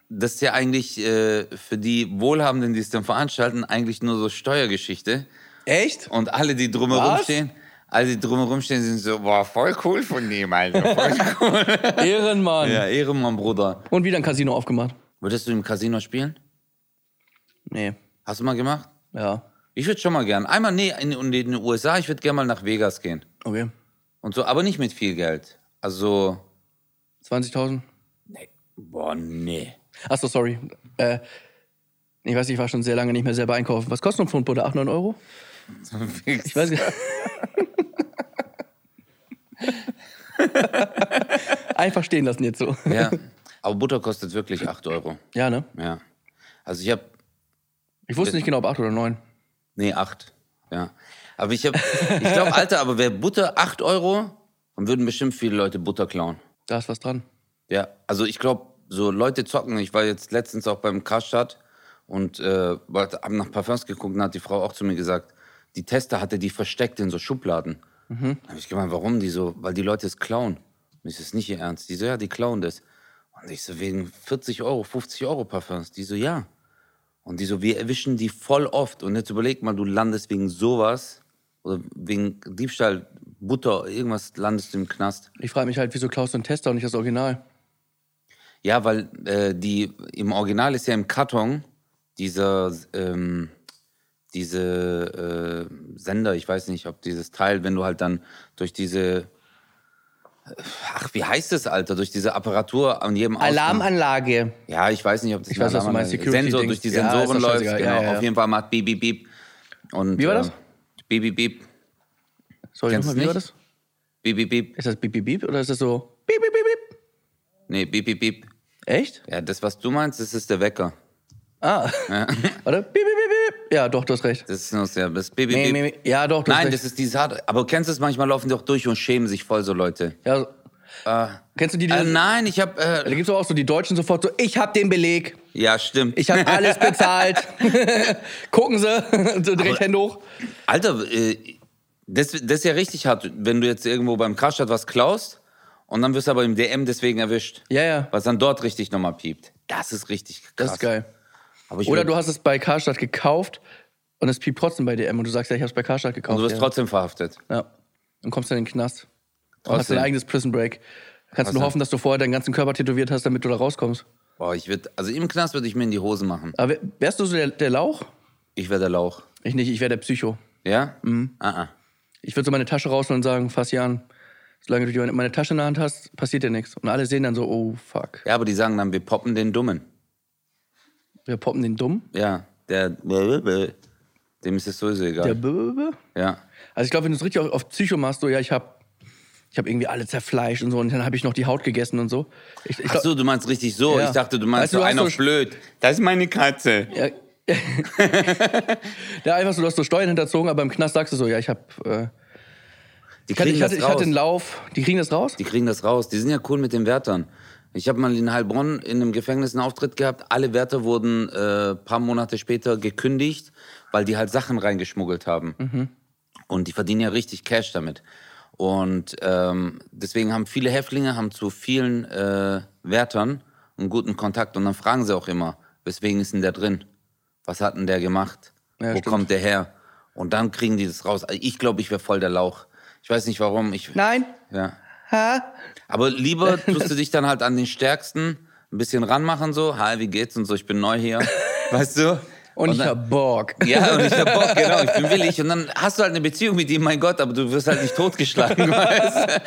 Speaker 2: das ist ja eigentlich äh, für die Wohlhabenden, die es dann veranstalten, eigentlich nur so Steuergeschichte.
Speaker 3: [LAUGHS] echt?
Speaker 2: Und alle, die drumherum
Speaker 3: Was?
Speaker 2: stehen, alle, die drumherum stehen, sind so, boah, voll cool von dem, Alter. Voll
Speaker 3: Ehrenmann.
Speaker 2: ja, Ehre, mein Bruder.
Speaker 3: Und wieder ein Casino aufgemacht.
Speaker 2: Würdest du im Casino spielen?
Speaker 3: Nee.
Speaker 2: Hast du mal gemacht?
Speaker 3: Ja.
Speaker 2: Ich würde schon mal gern. Einmal, nee, in, in den USA, ich würde gerne mal nach Vegas gehen.
Speaker 3: Okay.
Speaker 2: Und so, aber nicht mit viel Geld. Also,
Speaker 3: 20.000?
Speaker 2: boah, [LAUGHS] nee.
Speaker 3: Achso, sorry. Äh, ich weiß, nicht, ich war schon sehr lange nicht mehr selber einkaufen. Was kostet ein Pfund Butter? 8, 9 Euro? Ich weiß nicht. [LAUGHS] Einfach stehen lassen jetzt so.
Speaker 2: Ja. Aber Butter kostet wirklich 8 Euro.
Speaker 3: Ja, ne?
Speaker 2: Ja. Also ich habe,
Speaker 3: Ich wusste nicht genau, ob 8 oder 9.
Speaker 2: nee, 8. Ja. Aber ich habe, ich glaube, Alter, aber wäre Butter 8 Euro, dann würden bestimmt viele Leute Butter klauen.
Speaker 3: Da ist was dran.
Speaker 2: Ja, also ich glaube, so Leute zocken. Ich war jetzt letztens auch beim Karstadt und äh, haben nach Parfums geguckt und hat die Frau auch zu mir gesagt, die Tester hatte die versteckt in so Schubladen. Da habe ich gemeint, warum die so? Weil die Leute es klauen. Und ich so, ist nicht ihr Ernst. Die so, ja, die klauen das. Und ich so, wegen 40 Euro, 50 Euro Parfums. Die so, ja. Und die so, wir erwischen die voll oft. Und jetzt überleg mal, du landest wegen sowas oder wegen Diebstahl, Butter, irgendwas, landest du im Knast.
Speaker 3: Ich frage mich halt, wieso klaust du einen Tester und nicht das Original?
Speaker 2: Ja, weil äh, die im Original ist ja im Karton dieser ähm, diese äh, Sender, ich weiß nicht, ob dieses Teil, wenn du halt dann durch diese ach, wie heißt das, Alter, durch diese Apparatur an jedem Ausgang-
Speaker 3: Alarmanlage.
Speaker 2: Ja, ich weiß nicht, ob das ich
Speaker 3: weiß, was du meinst,
Speaker 2: Sensor
Speaker 3: Security-Ding.
Speaker 2: durch die
Speaker 3: Ja, ist doch
Speaker 2: Sensoren läuft,
Speaker 3: scheißegal.
Speaker 2: genau.
Speaker 3: Ja, ja, ja.
Speaker 2: Auf jeden Fall macht beep, beep, beep. Und,
Speaker 3: Wie war das?
Speaker 2: Äh, beep, beep, beep,
Speaker 3: Sorry,
Speaker 2: Kennst
Speaker 3: nochmal,
Speaker 2: du
Speaker 3: wie war
Speaker 2: nicht?
Speaker 3: das?
Speaker 2: beep, beep, beep.
Speaker 3: Ist das Bip Bip Bip oder ist das so Bip Bip Bip Bip?
Speaker 2: Nee, beep, beep, beep.
Speaker 3: Echt?
Speaker 2: Ja, das, was du meinst, das ist der Wecker.
Speaker 3: Ah. Oder Bip Bip Bip Bip? Ja, doch, du hast recht.
Speaker 2: Das ist nur sehr, das beep, beep,
Speaker 3: Nee,
Speaker 2: beep.
Speaker 3: nee, nee. Ja, doch, du hast
Speaker 2: Nein, das
Speaker 3: recht.
Speaker 2: ist dieses hart. Aber kennst du es manchmal laufen die auch durch und schämen sich voll so Leute.
Speaker 3: Ja, so- Kennst du die, die
Speaker 2: Äh,
Speaker 3: dann-
Speaker 2: nein, ich hab
Speaker 3: Da
Speaker 2: äh,
Speaker 3: gibt es Also auch so die Deutschen sofort so, ich hab den Beleg,
Speaker 2: ja stimmt.
Speaker 3: ich hab alles bezahlt. Gucken Sie, [LAUGHS] so direkt
Speaker 2: Aber-
Speaker 3: Hände hoch.
Speaker 2: [LAUGHS] Alter, äh, das, das ist ja richtig hart, wenn du jetzt irgendwo beim Karstadt was klaust und dann wirst du aber im DM deswegen erwischt,
Speaker 3: Ja, ja,
Speaker 2: was dann dort richtig nochmal piept. Das ist richtig krass.
Speaker 3: das ist geil.
Speaker 2: Aber ich
Speaker 3: Oder
Speaker 2: würd-
Speaker 3: du hast es bei Karstadt gekauft und es piept trotzdem bei DM und du sagst, ja, ich hab's bei Karstadt gekauft.
Speaker 2: und du wirst
Speaker 3: ja.
Speaker 2: trotzdem verhaftet.
Speaker 3: Ja. Und kommst dann in den Knast. Und hast
Speaker 2: Trotzdem.
Speaker 3: dein eigenes Prison Break. Kannst nur
Speaker 2: Trotzdem.
Speaker 3: hoffen, dass du vorher deinen ganzen Körper tätowiert hast, damit du da rauskommst.
Speaker 2: Boah, ich würd, also im Knast würde ich mir in die Hose machen.
Speaker 3: Aber wär- wärst du so der, der Lauch?
Speaker 2: Ich wäre der Lauch.
Speaker 3: Ich nicht, ich wäre der Psycho.
Speaker 2: Ja? Mhm. Ah, ah.
Speaker 3: Ich würde so meine Tasche rausholen und sagen, fass hier an. Solange du die- meine Tasche in der Hand hast, passiert dir nichts. Und alle sehen dann so, oh fuck.
Speaker 2: Ja, aber die sagen dann, wir poppen den Dummen.
Speaker 3: Wir poppen den dumm.
Speaker 2: Ja, der, [LAUGHS] dem ist es sowieso
Speaker 3: Der
Speaker 2: egal.
Speaker 3: b -b -b.
Speaker 2: ja.
Speaker 3: Also ich glaube, wenn du es richtig auf, auf Psycho machst, so ja, ich habe ich hab irgendwie alle zerfleischt und so und dann habe ich noch die Haut gegessen und so. Ich, ich
Speaker 2: Ach
Speaker 3: glaub,
Speaker 2: so, du meinst richtig so.
Speaker 3: Ja.
Speaker 2: Ich dachte, du
Speaker 3: Weißt
Speaker 2: meinst
Speaker 3: du,
Speaker 2: so
Speaker 3: du hast
Speaker 2: einer
Speaker 3: so
Speaker 2: auf
Speaker 3: sch-
Speaker 2: blöd. Das ist meine Katze.
Speaker 3: Ja. ja, einfach so, du hast so Steuern hinterzogen, aber im Knast sagst du so, ja, ich hab. Äh,
Speaker 2: Die
Speaker 3: ich hatte,
Speaker 2: kriegen
Speaker 3: ich, hatte,
Speaker 2: das
Speaker 3: ich
Speaker 2: raus.
Speaker 3: hatte einen Lauf. Die kriegen das raus?
Speaker 2: die kriegen das raus. Die sind ja cool mit den Wärtern. Ich habe mal in Heilbronn in einem Gefängnis einen Auftritt gehabt. Alle Wärter wurden äh, paar Monate später gekündigt, weil die halt Sachen reingeschmuggelt haben.
Speaker 3: Mhm.
Speaker 2: Und die verdienen ja richtig Cash damit. Und ähm, deswegen haben viele Häftlinge haben zu vielen äh, Wärtern einen guten Kontakt. Und dann fragen sie auch immer, weswegen ist denn der drin? Was hat denn der gemacht?
Speaker 3: Ja,
Speaker 2: Wo
Speaker 3: stimmt.
Speaker 2: kommt der her? Und dann kriegen die das raus. Also Ich glaube, ich wäre voll der Lauch. Ich weiß nicht warum. Ich,
Speaker 3: Nein.
Speaker 2: ja.
Speaker 3: Ha? [LAUGHS]
Speaker 2: Aber lieber tust du dich dann halt an den Stärksten ein bisschen ranmachen, so, hi, wie geht's und so, ich bin
Speaker 3: [LAUGHS]
Speaker 2: neu hier. Weißt du?
Speaker 3: Und, ich
Speaker 2: dann,
Speaker 3: hab Bock. [LAUGHS]
Speaker 2: Ja, und ich hab Bock, genau, ich bin willig. Und dann hast du halt eine Beziehung mit ihm, mein Gott, aber du wirst halt nicht totgeschlagen, [LAUGHS] weißt du?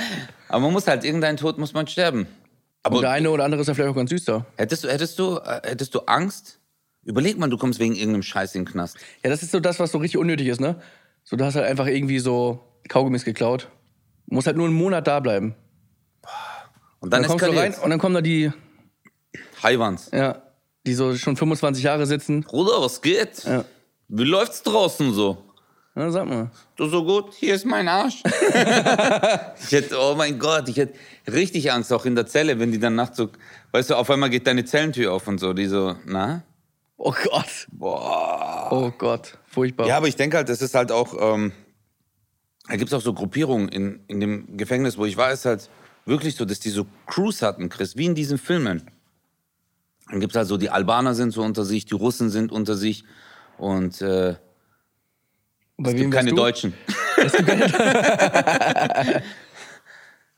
Speaker 2: Aber man muss halt, irgendein Tod muss man sterben.
Speaker 3: Und der
Speaker 2: Aber
Speaker 3: eine oder andere ist ja vielleicht auch ganz süß da.
Speaker 2: hättest du, hättest du, äh, hättest du Angst? Überleg mal, du kommst wegen irgendeinem Scheiß in den Knast.
Speaker 3: Ja, das ist so das, was so richtig unnötig ist, ne? So, du hast halt einfach irgendwie so Kaugummis geklaut. Muss halt nur einen Monat da bleiben.
Speaker 2: Und dann,
Speaker 3: dann kommst du rein
Speaker 2: eskaliert's.
Speaker 3: und dann kommen da die,
Speaker 2: Haiwans.
Speaker 3: ja, die so schon 25 Jahre sitzen.
Speaker 2: Bruder, was geht?
Speaker 3: Ja.
Speaker 2: Wie läuft's draußen so?
Speaker 3: Na, sag mal.
Speaker 2: Du so gut, hier ist mein Arsch. [LAUGHS] ich hätte, oh mein Gott, ich hätte richtig Angst, auch in der Zelle, wenn die dann nachts so, weißt du, auf einmal geht deine Zellentür auf und so, die so, na?
Speaker 3: Oh Gott.
Speaker 2: Boah.
Speaker 3: Oh Gott. Furchtbar.
Speaker 2: Ja, aber ich denke halt, das ist halt auch, ähm, da gibt es auch so Gruppierungen in, in dem Gefängnis, wo ich war, ist halt wirklich so, dass die so Crews hatten, Chris, wie in diesen Filmen. Dann gibt es halt so, die Albaner sind so unter sich, die Russen sind unter sich und äh,
Speaker 3: Bei
Speaker 2: es gibt
Speaker 3: wärst
Speaker 2: keine
Speaker 3: du?
Speaker 2: Deutschen. [LAUGHS]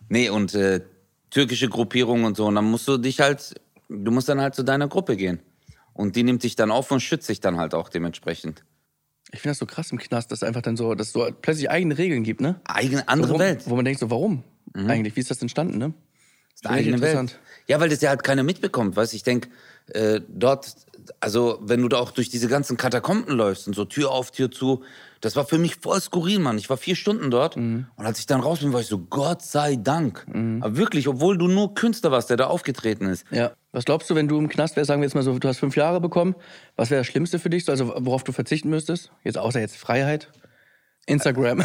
Speaker 2: nee, und äh, türkische Gruppierung und so. Und dann musst du dich halt, du musst dann halt zu deiner Gruppe gehen. Und die nimmt dich dann auf und schützt dich dann halt auch dementsprechend.
Speaker 3: Ich finde das so krass im Knast, dass einfach dann so, dass so plötzlich eigene Regeln gibt, ne?
Speaker 2: Eigene, andere
Speaker 3: Wo-
Speaker 2: Welt.
Speaker 3: Wo man denkt, so, warum eigentlich? Wie ist das entstanden, ne?
Speaker 2: Ist eine
Speaker 3: Finde ich
Speaker 2: eigene Welt.
Speaker 3: interessant.
Speaker 2: Ja, weil das ja halt keiner mitbekommt, weißt du? Ich denke, äh, dort, also wenn du da auch durch diese ganzen Katakomben läufst und so Tür auf, Tür zu, das war für mich voll skurril, Mann. Ich war vier Stunden dort
Speaker 3: Mhm.
Speaker 2: und als ich dann raus bin, war ich so, Gott sei Dank. Aber wirklich, obwohl du nur Künstler warst, der da aufgetreten ist.
Speaker 3: Ja. Was glaubst du, wenn du im Knast wärst, sagen wir jetzt mal so, du hast fünf Jahre bekommen, was wäre das Schlimmste für dich, so, also worauf du verzichten müsstest? Jetzt außer jetzt Freiheit? [LAUGHS] Instagram.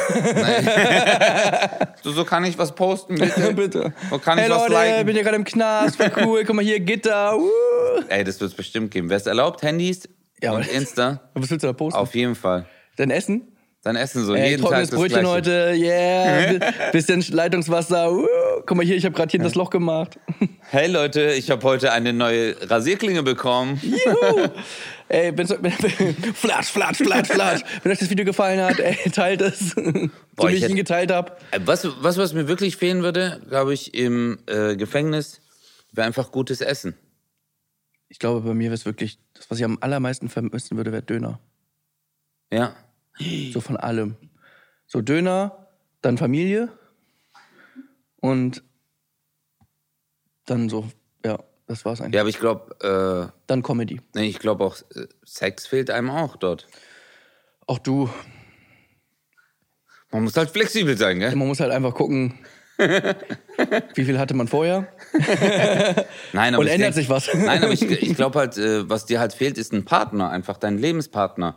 Speaker 2: So, so kann ich was posten, [LAUGHS] bitte.
Speaker 3: Bitte.
Speaker 2: Wo Oh, kann ich
Speaker 3: hey
Speaker 2: was
Speaker 3: Leute,
Speaker 2: liken?
Speaker 3: bin ja gerade im Knast, voll cool, guck mal hier, Gitter. [LAUGHS] Uh.
Speaker 2: Ey, das wird es bestimmt geben. Wer es erlaubt, Handys
Speaker 3: Ja,
Speaker 2: und
Speaker 3: aber-
Speaker 2: Insta,
Speaker 3: Was willst du da posten?
Speaker 2: auf jeden Fall.
Speaker 3: Dein Essen?
Speaker 2: Dann essen so
Speaker 3: Ey,
Speaker 2: jeden Tag
Speaker 3: Äh, trockenes
Speaker 2: das
Speaker 3: Brötchen
Speaker 2: Gleiche.
Speaker 3: heute, yeah. Bi-
Speaker 2: [LAUGHS]
Speaker 3: Bisschen Leitungswasser. Uh. Guck mal hier, ich habe gerade hier das Loch gemacht. [LAUGHS]
Speaker 2: Hey Leute, ich habe heute eine neue Rasierklinge bekommen.
Speaker 3: Juhu. Ey, wenn's, wenn, [LAUGHS] flatsch, flatsch, flatsch,
Speaker 2: [LAUGHS]
Speaker 3: flatsch. Wenn euch das Video gefallen hat, ey, teilt es. so
Speaker 2: Boah,
Speaker 3: wie
Speaker 2: ich
Speaker 3: ich,
Speaker 2: hätte-
Speaker 3: ihn geteilt habe.
Speaker 2: Äh, Was, was, was mir wirklich fehlen würde, glaube ich, im äh, Gefängnis, wäre einfach gutes Essen.
Speaker 3: Ich glaube, bei mir wäre es wirklich, das, was ich am allermeisten vermissen würde, wäre Döner.
Speaker 2: Ja.
Speaker 3: So von allem. So Döner, dann Familie und dann so, ja, das war's eigentlich.
Speaker 2: Ja, aber ich glaube, äh,
Speaker 3: Dann Comedy.
Speaker 2: nee, ich glaube auch, äh, Sex fehlt einem auch dort.
Speaker 3: Auch du,
Speaker 2: Man muss halt flexibel sein, gell?
Speaker 3: man muss halt einfach [LAUGHS] gucken, wie viel hatte man vorher
Speaker 2: Nein, aber
Speaker 3: und
Speaker 2: ich
Speaker 3: ändert
Speaker 2: denk-
Speaker 3: sich was. [LAUGHS]
Speaker 2: Nein, aber ich, ich glaube halt, äh, was dir halt fehlt, ist ein Partner, einfach dein Lebenspartner.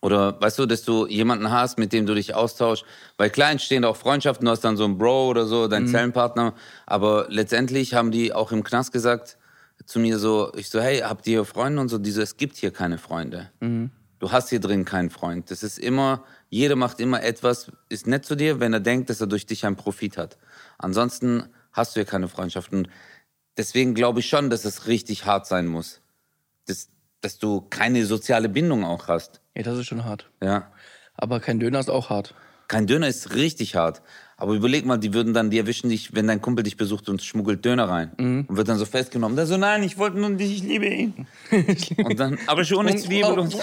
Speaker 2: Oder weißt du, dass du jemanden hast, mit dem du dich austauschst. Weil klar entstehen da auch Freundschaften, du hast dann so einen Bro oder so,
Speaker 3: Mhm.
Speaker 2: deinen Zellenpartner. Aber letztendlich haben die auch im Knast gesagt zu mir so, ich so, hey, habt ihr hier Freunde? Und so, die so, es gibt hier keine Freunde.
Speaker 3: Mhm.
Speaker 2: Du hast hier drin keinen Freund. Das ist immer, jeder macht immer etwas, ist nett zu dir, wenn er denkt, dass er durch dich einen Profit hat. Ansonsten hast du hier keine Freundschaften. Und deswegen glaube ich schon, dass es richtig hart sein muss. Dass, dass du keine soziale Bindung auch hast.
Speaker 3: Ja, das ist schon hart.
Speaker 2: Ja.
Speaker 3: Aber kein Döner ist auch [LAUGHS] hart.
Speaker 2: Kein Döner ist richtig hart. Aber überleg mal, die würden dann, die erwischen dich, wenn dein Kumpel dich besucht und schmuggelt Döner rein.
Speaker 3: Mhm.
Speaker 2: Und wird dann so festgenommen. Der so, nein, ich wollte nur dich, ich liebe ihn. und dann, aber schon
Speaker 3: [LAUGHS]
Speaker 2: ohne Zwiebel. Und,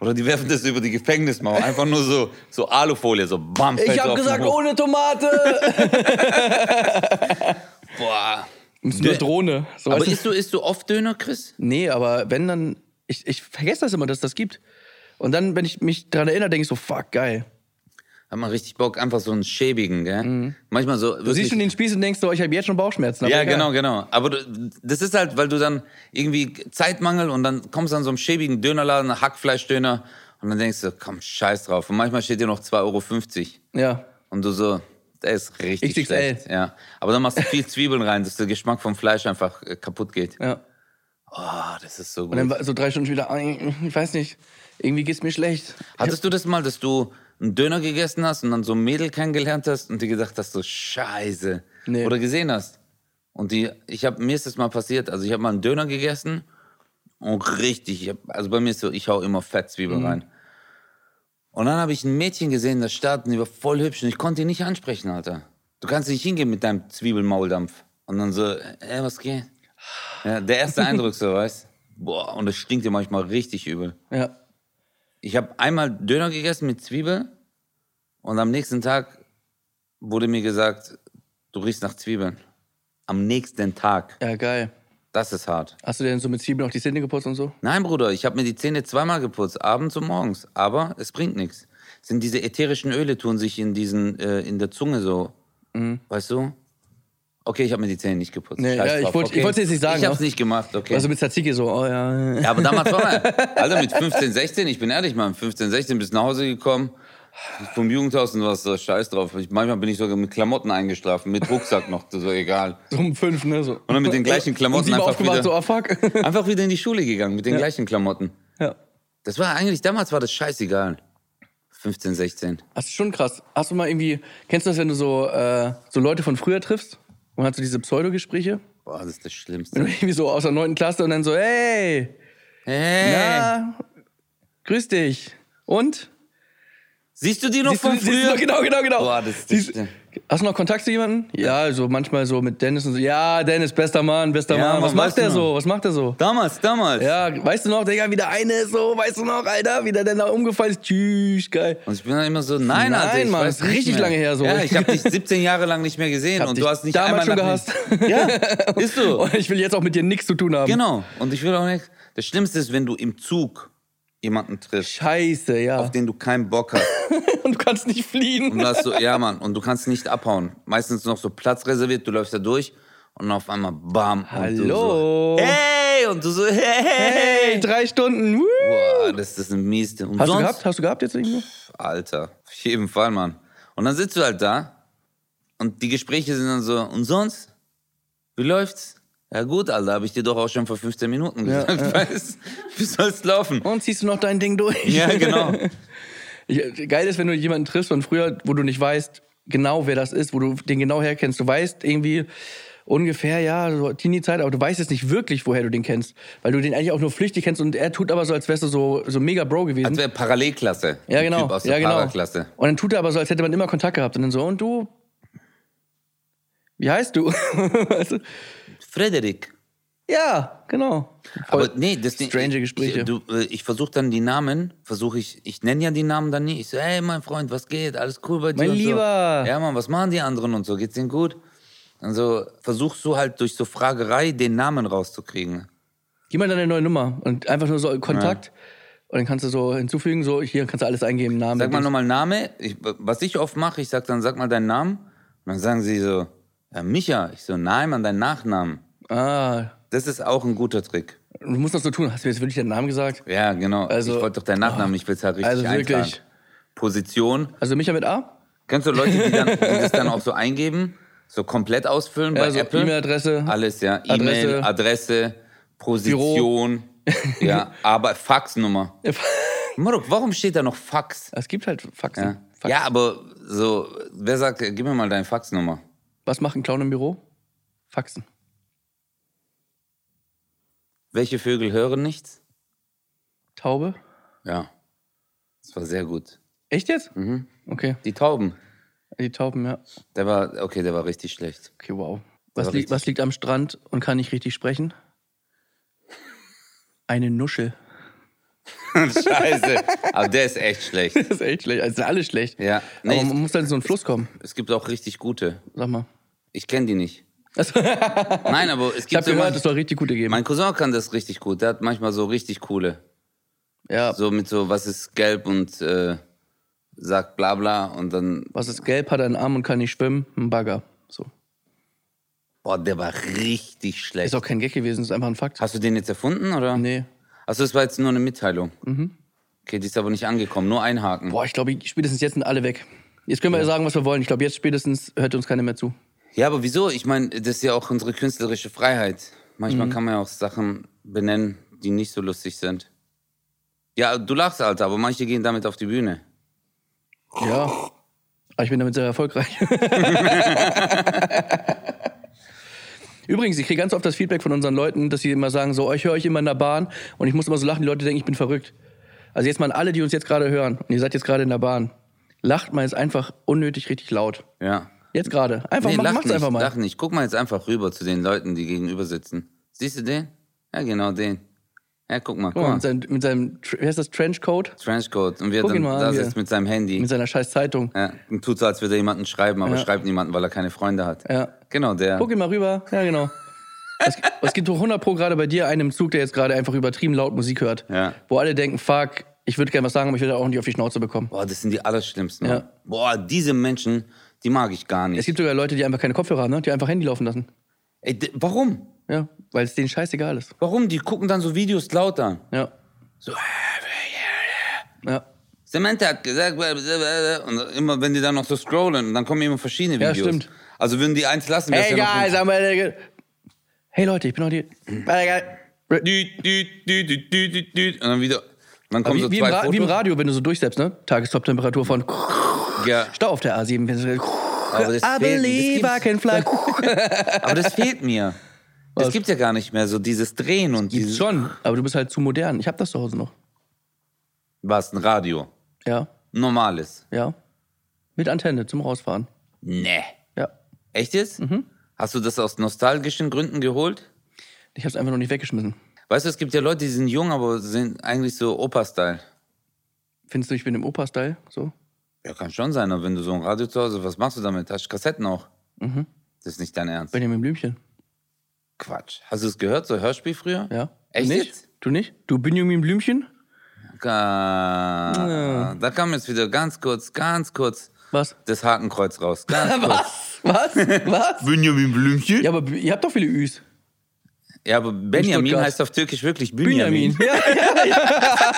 Speaker 2: oder die werfen das über die Gefängnismauer. Einfach nur so, so Alufolie, so bam. fällt's
Speaker 3: Ich habe
Speaker 2: auf den
Speaker 3: gesagt,
Speaker 2: Hof.
Speaker 3: ohne [LAUGHS] Tomate. oh,
Speaker 2: Boah.
Speaker 3: ist nur
Speaker 2: Dö-
Speaker 3: Drohne. So
Speaker 2: Aber
Speaker 3: weißt du?
Speaker 2: isst du, isst du oft Döner, Chris?
Speaker 3: nee, aber wenn dann, ich, ich vergesse das immer, dass das gibt. Und dann, wenn ich mich daran erinnere, denke ich so, fuck, geil.
Speaker 2: Hat man richtig Bock, einfach so einen schäbigen, gell? Manchmal so.
Speaker 3: Mhm. Du siehst schon den Spieß und denkst so, ich habe jetzt schon Bauchschmerzen. aber
Speaker 2: Ja,
Speaker 3: egal.
Speaker 2: genau, genau. Aber du, das ist halt, weil du dann irgendwie Zeitmangel und dann kommst du an so einem schäbigen Dönerladen, Hackfleischdöner und dann denkst du, komm, scheiß drauf. Und manchmal steht dir noch 2,50 Euro.
Speaker 3: Ja.
Speaker 2: Und du so, der ist richtig
Speaker 3: XXL.
Speaker 2: schlecht. Ja. Aber dann machst du viel Zwiebeln rein, dass der Geschmack vom Fleisch einfach äh, kaputt geht.
Speaker 3: ja.
Speaker 2: Oh, das ist so
Speaker 3: Und dann
Speaker 2: gut.
Speaker 3: war so drei Stunden wieder, ich weiß nicht, irgendwie geht's mir schlecht.
Speaker 2: Hattest du das mal, dass du einen Döner gegessen hast und dann so ein Mädel kennengelernt hast und dir gedacht hast, so scheiße.
Speaker 3: Nee.
Speaker 2: Oder gesehen hast? Und die, ich hab, mir ist das mal passiert, also ich habe mal einen Döner gegessen und richtig, ich hab, also bei mir ist so, ich hau immer Fettzwiebeln rein. Und dann habe ich ein Mädchen gesehen in der Stadt und die war voll hübsch und ich konnte die nicht ansprechen, Alter. Du kannst nicht hingehen mit deinem Zwiebelmauldampf. Und dann so, ey, was geht? Ja, der erste Eindruck so, weißt Boah, und das stinkt dir manchmal richtig übel.
Speaker 3: Ja.
Speaker 2: Ich habe einmal Döner gegessen mit Zwiebel und am nächsten Tag wurde mir gesagt, du riechst nach Zwiebeln. Am nächsten Tag.
Speaker 3: Ja, geil.
Speaker 2: Das ist hart.
Speaker 3: Hast du denn so mit Zwiebeln auch die Zähne geputzt und so?
Speaker 2: Nein, Bruder, ich habe mir die Zähne zweimal geputzt, abends und morgens. Aber es bringt nichts. Sind diese ätherischen Öle tun sich in diesen äh, in der Zunge so, weißt du? Okay, ich habe mir die Zähne nicht geputzt.
Speaker 3: Mhm. Nee, ja, ich wollte- ich wollte es jetzt nicht sagen,
Speaker 2: Ich habe es
Speaker 3: aber-
Speaker 2: nicht gemacht. Okay.
Speaker 3: Also mit Tzatziki so, oh ja.
Speaker 2: Ja, aber damals war man, [LAUGHS] Alter, mit 15, 16, ich bin ehrlich, Mann, 15, 16 bist nach Hause gekommen, vom Jugendhaus und was, so scheiß drauf. Ich, manchmal bin ich sogar mit Klamotten eingeschlafen, mit Rucksack noch, so egal.
Speaker 3: So um fünf, ne? So. Und
Speaker 2: dann mit den gleichen Klamotten
Speaker 3: sieben
Speaker 2: einfach
Speaker 3: aufgewacht,
Speaker 2: wieder-
Speaker 3: so, oh fuck. [LAUGHS]
Speaker 2: Einfach wieder in die Schule gegangen, mit den gleichen Klamotten.
Speaker 3: ja.
Speaker 2: Das war eigentlich, damals war das scheißegal. 15, 16.
Speaker 3: Das ist schon krass. Hast du mal irgendwie, kennst du das, wenn du so, äh, so Leute von früher triffst? Und hast du diese Pseudogespräche? [LAUGHS]
Speaker 2: Boah, das ist das
Speaker 3: Wenn
Speaker 2: Schlimmste.
Speaker 3: du irgendwie so aus der neunten Klasse und dann so, hey,
Speaker 2: Hey,
Speaker 3: na, grüß dich. Und?
Speaker 2: Siehst du die noch
Speaker 3: Siehst
Speaker 2: von
Speaker 3: du- siehst du
Speaker 2: früher?
Speaker 3: noch- genau, genau, genau.
Speaker 2: Boah, das ist
Speaker 3: Siehst-
Speaker 2: echt-
Speaker 3: hast du noch Kontakt zu jemandem? Ja, so manchmal so mit Dennis und so. Ja, Dennis, bester Mann, bester
Speaker 2: Ja,
Speaker 3: Mann.
Speaker 2: Mann,
Speaker 3: Was
Speaker 2: weißt
Speaker 3: macht
Speaker 2: du
Speaker 3: der
Speaker 2: noch?
Speaker 3: so? Was macht der so?
Speaker 2: Damals, damals.
Speaker 3: Ja, weißt du noch, Digga, wie der eine ist so, weißt du noch, Alter, wie der denn da umgefallen ist. Tschüss, geil.
Speaker 2: Und ich bin dann immer so, nein,
Speaker 3: Nein,
Speaker 2: Alter, ich
Speaker 3: Mann,
Speaker 2: weiß
Speaker 3: das ist
Speaker 2: nicht
Speaker 3: richtig
Speaker 2: mehr.
Speaker 3: lange her so.
Speaker 2: Ja, ich habe dich 17 Jahre lang nicht mehr gesehen
Speaker 3: Hab
Speaker 2: und
Speaker 3: dich
Speaker 2: du hast nicht
Speaker 3: damals
Speaker 2: einmal
Speaker 3: schon
Speaker 2: nach
Speaker 3: gehasst.
Speaker 2: Mir,
Speaker 3: [LAUGHS]
Speaker 2: ja, ist so.
Speaker 3: Und ich will jetzt auch mit dir nichts zu tun haben.
Speaker 2: Genau. Und ich will auch nicht. Das Schlimmste ist, wenn du im Zug jemanden triffst,
Speaker 3: Scheiße, ja.
Speaker 2: auf den du keinen Bock hast.
Speaker 3: Und du kannst nicht
Speaker 2: Und
Speaker 3: fliehen.
Speaker 2: du hast so, ja, Mann, und du kannst nicht abhauen. Meistens noch so Platz reserviert, du läufst da durch und auf einmal bam. Und du
Speaker 3: Hallo.
Speaker 2: so, hey! Und du so, hey!
Speaker 3: Hey, drei Stunden. Woo.
Speaker 2: Boah, das ist ein Mieste. Und
Speaker 3: Hast du
Speaker 2: sonst,
Speaker 3: gehabt? Hast du gehabt jetzt irgendwo?
Speaker 2: Alter, auf jeden Fall, Mann. Und dann sitzt du halt da und die Gespräche sind dann so, und sonst? Wie läuft's? Ja gut, Alter, habe ich dir doch auch schon vor 15 Minuten
Speaker 3: Ja,
Speaker 2: gesagt, [LAUGHS] weißt Wie soll's laufen?
Speaker 3: Und ziehst du noch dein Ding durch?
Speaker 2: Ja, [LAUGHS]
Speaker 3: [LAUGHS]
Speaker 2: genau.
Speaker 3: Ich- Geil ist, wenn du jemanden triffst von früher, wo du nicht weißt, genau wer das ist, wo du den genau herkennst. Du weißt irgendwie ungefähr, ja, so Teenie-Zeit, aber du weißt jetzt nicht wirklich, woher du den kennst. Weil du den eigentlich auch nur flüchtig kennst und er tut aber so, als wärst du so, so mega Bro gewesen.
Speaker 2: Als wäre Parallelklasse.
Speaker 3: ja,
Speaker 2: ein
Speaker 3: genau.
Speaker 2: Typ aus
Speaker 3: ja,
Speaker 2: der
Speaker 3: genau.
Speaker 2: Paraklasse.
Speaker 3: Und dann tut er aber so, als hätte man immer Kontakt gehabt. Und dann so, und du? Wie heißt du? [LAUGHS] Weißt du?
Speaker 2: Frederik.
Speaker 3: ja, genau. Voll
Speaker 2: Aber nee, das
Speaker 3: strange
Speaker 2: ich,
Speaker 3: Gespräche.
Speaker 2: Ich, du, äh, ich versuche dann die Namen, versuche ich, ich nenne ja die Namen dann nie. Ich so, hey, mein Freund, was geht? Alles cool bei dir?
Speaker 3: Mein
Speaker 2: und
Speaker 3: Lieber.
Speaker 2: So. Ja, Mann, was machen die anderen und so? Geht's denen gut? Und so versuchst du halt durch so Fragerei den Namen rauszukriegen.
Speaker 3: Gib mal deine neue Nummer und einfach nur so Kontakt. Und dann kannst du so hinzufügen, so hier kannst du alles eingeben, Namen.
Speaker 2: Sag mal nochmal Name. Ich, was ich oft mache, ich sag dann, sag mal deinen Namen. Und dann sagen sie so, ja, Micha. Ich so, nein, Mann, deinen Nachnamen.
Speaker 3: Ah,
Speaker 2: Das ist auch ein guter Trick.
Speaker 3: du musst noch so tun. Hast du mir jetzt wirklich deinen Namen gesagt?
Speaker 2: Ja, genau.
Speaker 3: Also-
Speaker 2: ich wollte doch deinen Nachnamen, ich will es halt richtig
Speaker 3: Also wirklich.
Speaker 2: eintragen. Position,
Speaker 3: Also Micha mit A?
Speaker 2: Kennst du Leute, die,
Speaker 3: [LAUGHS]
Speaker 2: dann, die das dann auch so eingeben, so komplett ausfüllen bei
Speaker 3: Also
Speaker 2: Apple?
Speaker 3: E-Mail-Adresse.
Speaker 2: Alles, ja.
Speaker 3: Adresse.
Speaker 2: E-Mail, Adresse, Position,
Speaker 3: [LAUGHS]
Speaker 2: ja, aber Faxnummer. Maruk, warum steht da noch Fax?
Speaker 3: Es gibt halt Faxen.
Speaker 2: Ja.
Speaker 3: Fax.
Speaker 2: ja, aber so, wer sagt, gib mir mal deine Faxnummer?
Speaker 3: Was macht ein Clown im Büro? Faxen.
Speaker 2: Welche Vögel hören nichts?
Speaker 3: Taube?
Speaker 2: Ja. Das war sehr gut.
Speaker 3: Echt jetzt? Mhm. Okay,
Speaker 2: Die Tauben.
Speaker 3: die Tauben, ja.
Speaker 2: Der war, okay, der war richtig schlecht. [LAUGHS]
Speaker 3: Okay, wow. Was,
Speaker 2: war
Speaker 3: li
Speaker 2: richtig.
Speaker 3: was liegt am Strand und kann nicht richtig [LAUGHS] sprechen? Eine Nuschel.
Speaker 2: Scheiße. aber der ist echt schlecht.
Speaker 3: Das ist echt schlecht. Also sind alle schlecht.
Speaker 2: Ja.
Speaker 3: Nee,
Speaker 2: Nee,
Speaker 3: Aber um- man muss dann in so einen Fluss kommen.
Speaker 2: es gibt auch richtig gute.
Speaker 3: Sag mal.
Speaker 2: Ich kenne die nicht.
Speaker 3: Also, ich
Speaker 2: [LAUGHS] Nein, aber es gibt
Speaker 3: habe
Speaker 2: so
Speaker 3: gehört,
Speaker 2: manche-
Speaker 3: es soll richtig gute geben.
Speaker 2: Mein Cousin kann das richtig gut. Der hat manchmal so richtig coole.
Speaker 3: Ja,
Speaker 2: So mit so, was ist gelb und äh, sagt bla bla und dann,
Speaker 3: was ist gelb, hat einen Arm und kann nicht schwimmen? Ein Bagger. So.
Speaker 2: boah, der war richtig
Speaker 3: Ist
Speaker 2: schlecht.
Speaker 3: auch kein Gag gewesen, ist einfach ein Fakt.
Speaker 2: Hast du den jetzt erfunden oder?
Speaker 3: Nee. Mhm.
Speaker 2: Achso, das war jetzt nur eine Mitteilung. Okay, die ist aber nicht angekommen. Nur ein Haken.
Speaker 3: Boah, ich glaube, spätestens jetzt sind alle weg. Jetzt können wir ja. sagen, was wir wollen. Ich glaube, jetzt spätestens hört uns keiner mehr zu.
Speaker 2: Ja, aber wieso? Ich meine, das ist ja auch unsere künstlerische Freiheit. Manchmal
Speaker 3: Mhm.
Speaker 2: kann man ja auch Sachen benennen, die nicht so lustig sind. Ja, du lachst, Alter, aber manche gehen damit auf die Bühne.
Speaker 3: Ja. Aber ich bin damit sehr erfolgreich.
Speaker 2: [LAUGHS]
Speaker 3: Übrigens, ich kriege ganz oft das Feedback von unseren Leuten, dass sie immer sagen, so, ich höre euch immer in der Bahn und ich muss immer so lachen, die Leute denken, ich bin verrückt. Also jetzt mal an alle, die uns jetzt gerade hören und ihr seid jetzt gerade in der Bahn, lacht mal jetzt einfach unnötig richtig laut.
Speaker 2: Ja.
Speaker 3: Jetzt gerade. Einfach,
Speaker 2: Nee,
Speaker 3: mach,
Speaker 2: lach
Speaker 3: macht's
Speaker 2: nicht,
Speaker 3: einfach mal.
Speaker 2: Lach nicht. Guck mal jetzt einfach rüber zu den Leuten, die gegenüber sitzen. Siehst du den? Ja, genau den. Ja, guck mal. Guck
Speaker 3: Guck mal,
Speaker 2: mal.
Speaker 3: mit seinem, mit seinem Tr- wie heißt das, Trenchcoat?
Speaker 2: Trenchcoat. Und wir
Speaker 3: Guck ihn
Speaker 2: dann
Speaker 3: mal an
Speaker 2: da
Speaker 3: hier.
Speaker 2: sitzt mit seinem Handy.
Speaker 3: Mit seiner scheiß Zeitung.
Speaker 2: Ja, und tut so, als würde er jemanden schreiben, aber
Speaker 3: Ja.
Speaker 2: schreibt niemanden, weil er keine Freunde hat.
Speaker 3: Ja.
Speaker 2: Genau der.
Speaker 3: Guck ihn mal rüber. Ja, genau. Es, es gibt doch 100 Pro gerade bei dir einen im Zug, der jetzt gerade einfach übertrieben laut Musik hört.
Speaker 2: Ja.
Speaker 3: Wo alle denken, fuck, ich würde gerne was sagen, aber ich will da auch nicht auf die Schnauze bekommen.
Speaker 2: Boah, das sind die Allerschlimmsten.
Speaker 3: Ja.
Speaker 2: Mann. Boah, diese Menschen, die mag ich gar
Speaker 3: Es
Speaker 2: nicht.
Speaker 3: gibt sogar Leute, die einfach keine Kopfhörer haben, ne? die einfach Handy laufen lassen.
Speaker 2: Ey, d- warum?
Speaker 3: Ja, weil es denen scheißegal ist.
Speaker 2: Warum? Die gucken dann so Videos laut an.
Speaker 3: Ja.
Speaker 2: So, äh,
Speaker 3: Ja,
Speaker 2: Samantha hat gesagt, bla, bla, bla, bla. und immer wenn die dann noch so scrollen, dann kommen immer verschiedene
Speaker 3: Ja,
Speaker 2: Videos.
Speaker 3: stimmt. also-
Speaker 2: Also würden die eins lassen, wär's
Speaker 3: Hey,
Speaker 2: ja noch
Speaker 3: guys, I'm ready. Hey, Leute, ich bin heute hier.
Speaker 2: Düt, düt, düt, düt, düt, düt, düt. Und dann wieder. Dann kommen
Speaker 3: Wie,
Speaker 2: so
Speaker 3: wie, im
Speaker 2: zwei
Speaker 3: Ra-
Speaker 2: Fotos.
Speaker 3: wie im Radio, wenn du so durchsetzt, ne? Tagestop-Temperatur von
Speaker 2: ja.
Speaker 3: Stau auf der A7. wenn du-
Speaker 2: Aber
Speaker 3: I
Speaker 2: das fehlt- das
Speaker 3: believe I
Speaker 2: gibt's-
Speaker 3: can
Speaker 2: [LAUGHS]
Speaker 3: fly.
Speaker 2: Aber das fehlt mir. Das gibt's ja gar nicht mehr, so dieses Drehen und
Speaker 3: Gibt's
Speaker 2: dieses.
Speaker 3: schon, aber du bist halt zu modern. Ich hab das zu Hause noch.
Speaker 2: Was, ein Radio?
Speaker 3: Ja.
Speaker 2: Normales.
Speaker 3: Ja. Mit Antenne zum Rausfahren.
Speaker 2: Nee.
Speaker 3: Ja.
Speaker 2: Echt jetzt?
Speaker 3: Mhm.
Speaker 2: Hast du das aus nostalgischen Gründen geholt?
Speaker 3: Ich hab's einfach noch nicht weggeschmissen.
Speaker 2: Weißt du, es gibt ja Leute, die sind jung, aber sind eigentlich so Opa-Style.
Speaker 3: Findest du, ich bin im Opa-Style? So?
Speaker 2: Ja, kann schon sein, aber wenn du so ein Radio zu Hause, was machst du damit? Hast du Kassetten auch?
Speaker 3: Mhm.
Speaker 2: Das ist nicht dein Ernst.
Speaker 3: Benjamin Blümchen.
Speaker 2: Quatsch. Hast du es gehört, so Hörspiel früher?
Speaker 3: Ja.
Speaker 2: Echt
Speaker 3: Du nicht?
Speaker 2: jetzt?
Speaker 3: Du nicht? Du Benjamin Blümchen?
Speaker 2: Ga- Da kam jetzt wieder ganz kurz, ganz kurz [LAUGHS]
Speaker 3: Was?
Speaker 2: das Hakenkreuz raus. Ganz kurz.
Speaker 3: [LAUGHS] Was? Was? Was?
Speaker 2: Benjamin Blümchen?
Speaker 3: ja, aber ihr habt doch viele Üs.
Speaker 2: Ja, aber Benjamin
Speaker 3: Stuttgart.
Speaker 2: heißt auf Türkisch wirklich
Speaker 3: Benjamin.
Speaker 2: Benjamin.
Speaker 3: Ja, ja,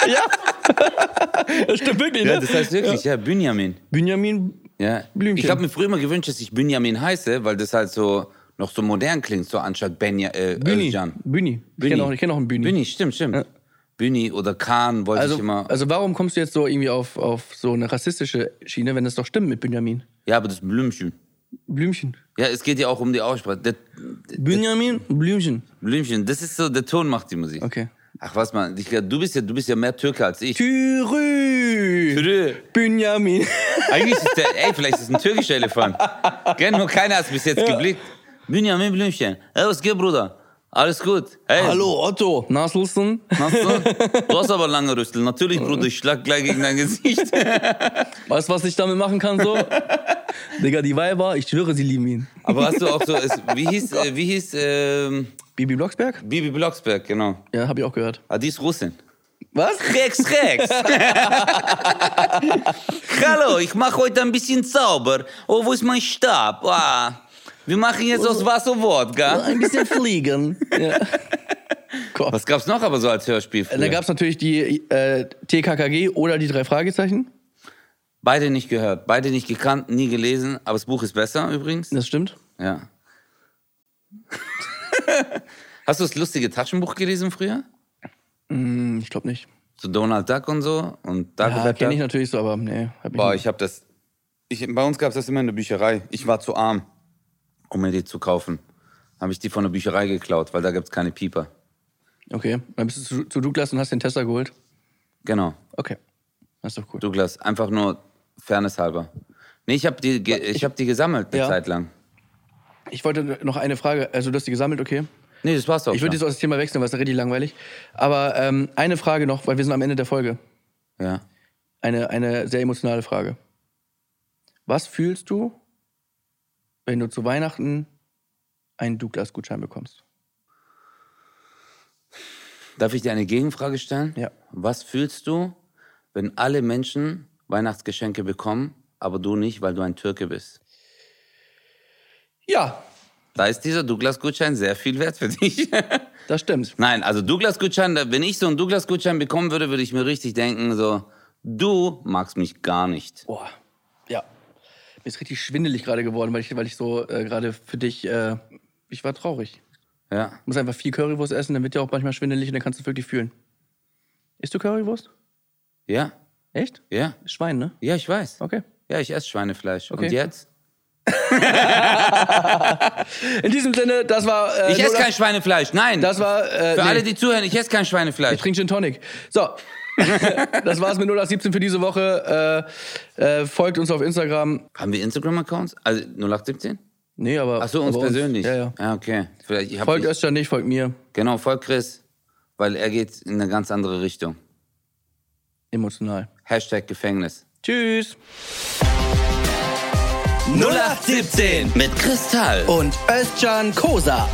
Speaker 3: ja, [LAUGHS] ja. Das stimmt wirklich, ne?
Speaker 2: Ja, das heißt wirklich, ja, Benjamin.
Speaker 3: Benjamin.
Speaker 2: Ja.
Speaker 3: Blümchen.
Speaker 2: Ich habe mir früher immer gewünscht, dass ich Benjamin heiße, weil das halt so noch so modern klingt, so anstatt Benja, äh,
Speaker 3: Büni.
Speaker 2: Özcan.
Speaker 3: Büni. Ich
Speaker 2: Büni.
Speaker 3: kenne auch, ich kenn auch einen Büni.
Speaker 2: Büni, stimmt, stimmt. Büni oder Kahn wollte ich
Speaker 3: Also,
Speaker 2: immer.
Speaker 3: also warum kommst du jetzt so irgendwie auf, auf so eine rassistische Schiene, wenn das doch stimmt mit Benjamin?
Speaker 2: Ja, aber das Blümchen.
Speaker 3: Blümchen.
Speaker 2: Ja, es geht ja auch um die Aussprache. Der,
Speaker 3: Benjamin Blümchen.
Speaker 2: Blümchen, das ist so, der Ton macht die Musik.
Speaker 3: Okay.
Speaker 2: Ach was, man, ich, glaub, du, bist ja, du bist ja mehr Türke als ich.
Speaker 3: Thürü.
Speaker 2: Türö.
Speaker 3: Benjamin.
Speaker 2: Eigentlich ist der, ey, vielleicht ist es ein türkischer Elefant. Gell, nur keiner hat es bis jetzt geblickt. Benjamin Blümchen. Hey, was geht, Bruder? Alles gut? Hey,
Speaker 3: Hallo Otto. Naslsten.
Speaker 2: Machst du? Du hast aber lange Rüstel. Natürlich, Bruder, ich schlag gleich gegen
Speaker 3: [LAUGHS]
Speaker 2: dein Gesicht.
Speaker 3: Weißt du, was ich damit machen kann [LAUGHS] so? Digga, die Weiber, ich schwöre, sie lieben ihn.
Speaker 2: Aber hast du auch so, es, wie hieß, äh, wie hieß ähm,
Speaker 3: Bibi Blocksberg?
Speaker 2: Bibi Blocksberg, genau.
Speaker 3: Ja, habe ich auch gehört.
Speaker 2: Ah, die ist Russin.
Speaker 3: Was?
Speaker 2: Rex, Rex. [LAUGHS] Hallo, ich mache heute ein bisschen Zauber. Oh, wo ist mein Stab? Ah, wir machen jetzt aus Wasser Wodka.
Speaker 3: Ein bisschen [LAUGHS] fliegen. Ja. Gott.
Speaker 2: Was gab's noch aber so als Hörspiel
Speaker 3: Äh, Da
Speaker 2: früher?
Speaker 3: gab es natürlich die äh, TKKG oder die drei Fragezeichen.
Speaker 2: Beide nicht gehört, beide nicht gekannt, nie gelesen. Aber das Buch ist besser übrigens.
Speaker 3: Das stimmt.
Speaker 2: Ja. [LAUGHS] Hast du das lustige Taschenbuch gelesen früher?
Speaker 3: Hm, ich glaube nicht.
Speaker 2: So Donald Duck und so und
Speaker 3: Ja,
Speaker 2: Dagobert
Speaker 3: kenne ich
Speaker 2: Duck.
Speaker 3: natürlich so, aber nee. Hab ich
Speaker 2: Boah,
Speaker 3: nicht.
Speaker 2: ich habe das. Ich, bei uns gab's das immer in der Bücherei. Ich war zu arm, um mir die zu kaufen. Habe ich die von der Bücherei geklaut, weil da gibt's keine Pieper.
Speaker 3: Okay, dann bist du zu, zu Douglas und hast den Tesla geholt.
Speaker 2: Genau,
Speaker 3: Okay, das ist doch cool.
Speaker 2: Douglas. Einfach nur Fairness halber. Nee, ich habe die, ge ich hab die gesammelt eine
Speaker 3: Ja.
Speaker 2: Zeit lang.
Speaker 3: Ich wollte noch eine Frage, also du hast die gesammelt, okay.
Speaker 2: Nee, das war's doch.
Speaker 3: Ich würde jetzt auch das Thema wechseln, weil es ist richtig langweilig. Aber ähm, eine Frage noch, weil wir sind am Ende der Folge.
Speaker 2: ja.
Speaker 3: Eine, eine sehr emotionale Frage. Was fühlst du, wenn du zu Weihnachten einen Douglas-Gutschein bekommst?
Speaker 2: Darf ich dir eine Gegenfrage stellen?
Speaker 3: Ja.
Speaker 2: Was fühlst du, wenn alle Menschen Weihnachtsgeschenke bekommen, aber du nicht, weil du ein Türke bist?
Speaker 3: Ja,
Speaker 2: Da ist dieser Douglas-Gutschein sehr viel wert für dich. [LAUGHS]
Speaker 3: das stimmt.
Speaker 2: Nein, also Douglas-Gutschein, da- wenn ich so einen Douglas-Gutschein bekommen würde, würde ich mir richtig denken, so, du magst mich gar nicht.
Speaker 3: Boah, ja. Mir ist richtig schwindelig gerade geworden, weil ich, weil ich so äh, gerade für dich, äh, ich war traurig.
Speaker 2: Ja.
Speaker 3: Du musst einfach viel Currywurst essen, dann wird dir auch manchmal schwindelig und dann kannst du es wirklich fühlen. Isst du Currywurst?
Speaker 2: Ja,
Speaker 3: Echt?
Speaker 2: ja.
Speaker 3: Schwein, ne?
Speaker 2: Ja, ich weiß.
Speaker 3: Okay.
Speaker 2: Ja, ich esse Schweinefleisch.
Speaker 3: Okay.
Speaker 2: Und jetzt?
Speaker 3: In diesem Sinne, das war. Äh,
Speaker 2: Ich esse
Speaker 3: Lola-
Speaker 2: kein Schweinefleisch, nein.
Speaker 3: Das war. Äh,
Speaker 2: Für
Speaker 3: nee,
Speaker 2: alle, die zuhören, ich esse kein Schweinefleisch.
Speaker 3: Ich trinke Gin Tonic. [LAUGHS] So. das war's mit 0817 für diese Woche. Äh, äh, folgt uns auf Instagram.
Speaker 2: Haben wir Instagram-Accounts? Also 0817?
Speaker 3: Nee, aber.
Speaker 2: Ach so, uns
Speaker 3: aber
Speaker 2: persönlich.
Speaker 3: Ja, ja.
Speaker 2: ja, okay. Vielleicht, ich hab
Speaker 3: Folgt
Speaker 2: nicht-
Speaker 3: Özcan nicht, folgt mir.
Speaker 2: Genau, voll Chris, weil er geht in eine ganz andere Richtung.
Speaker 3: Emotional.
Speaker 2: Hashtag Gefängnis.
Speaker 3: Tschüss.
Speaker 2: 0817 mit Kristall.
Speaker 3: Und Özcan Kosa.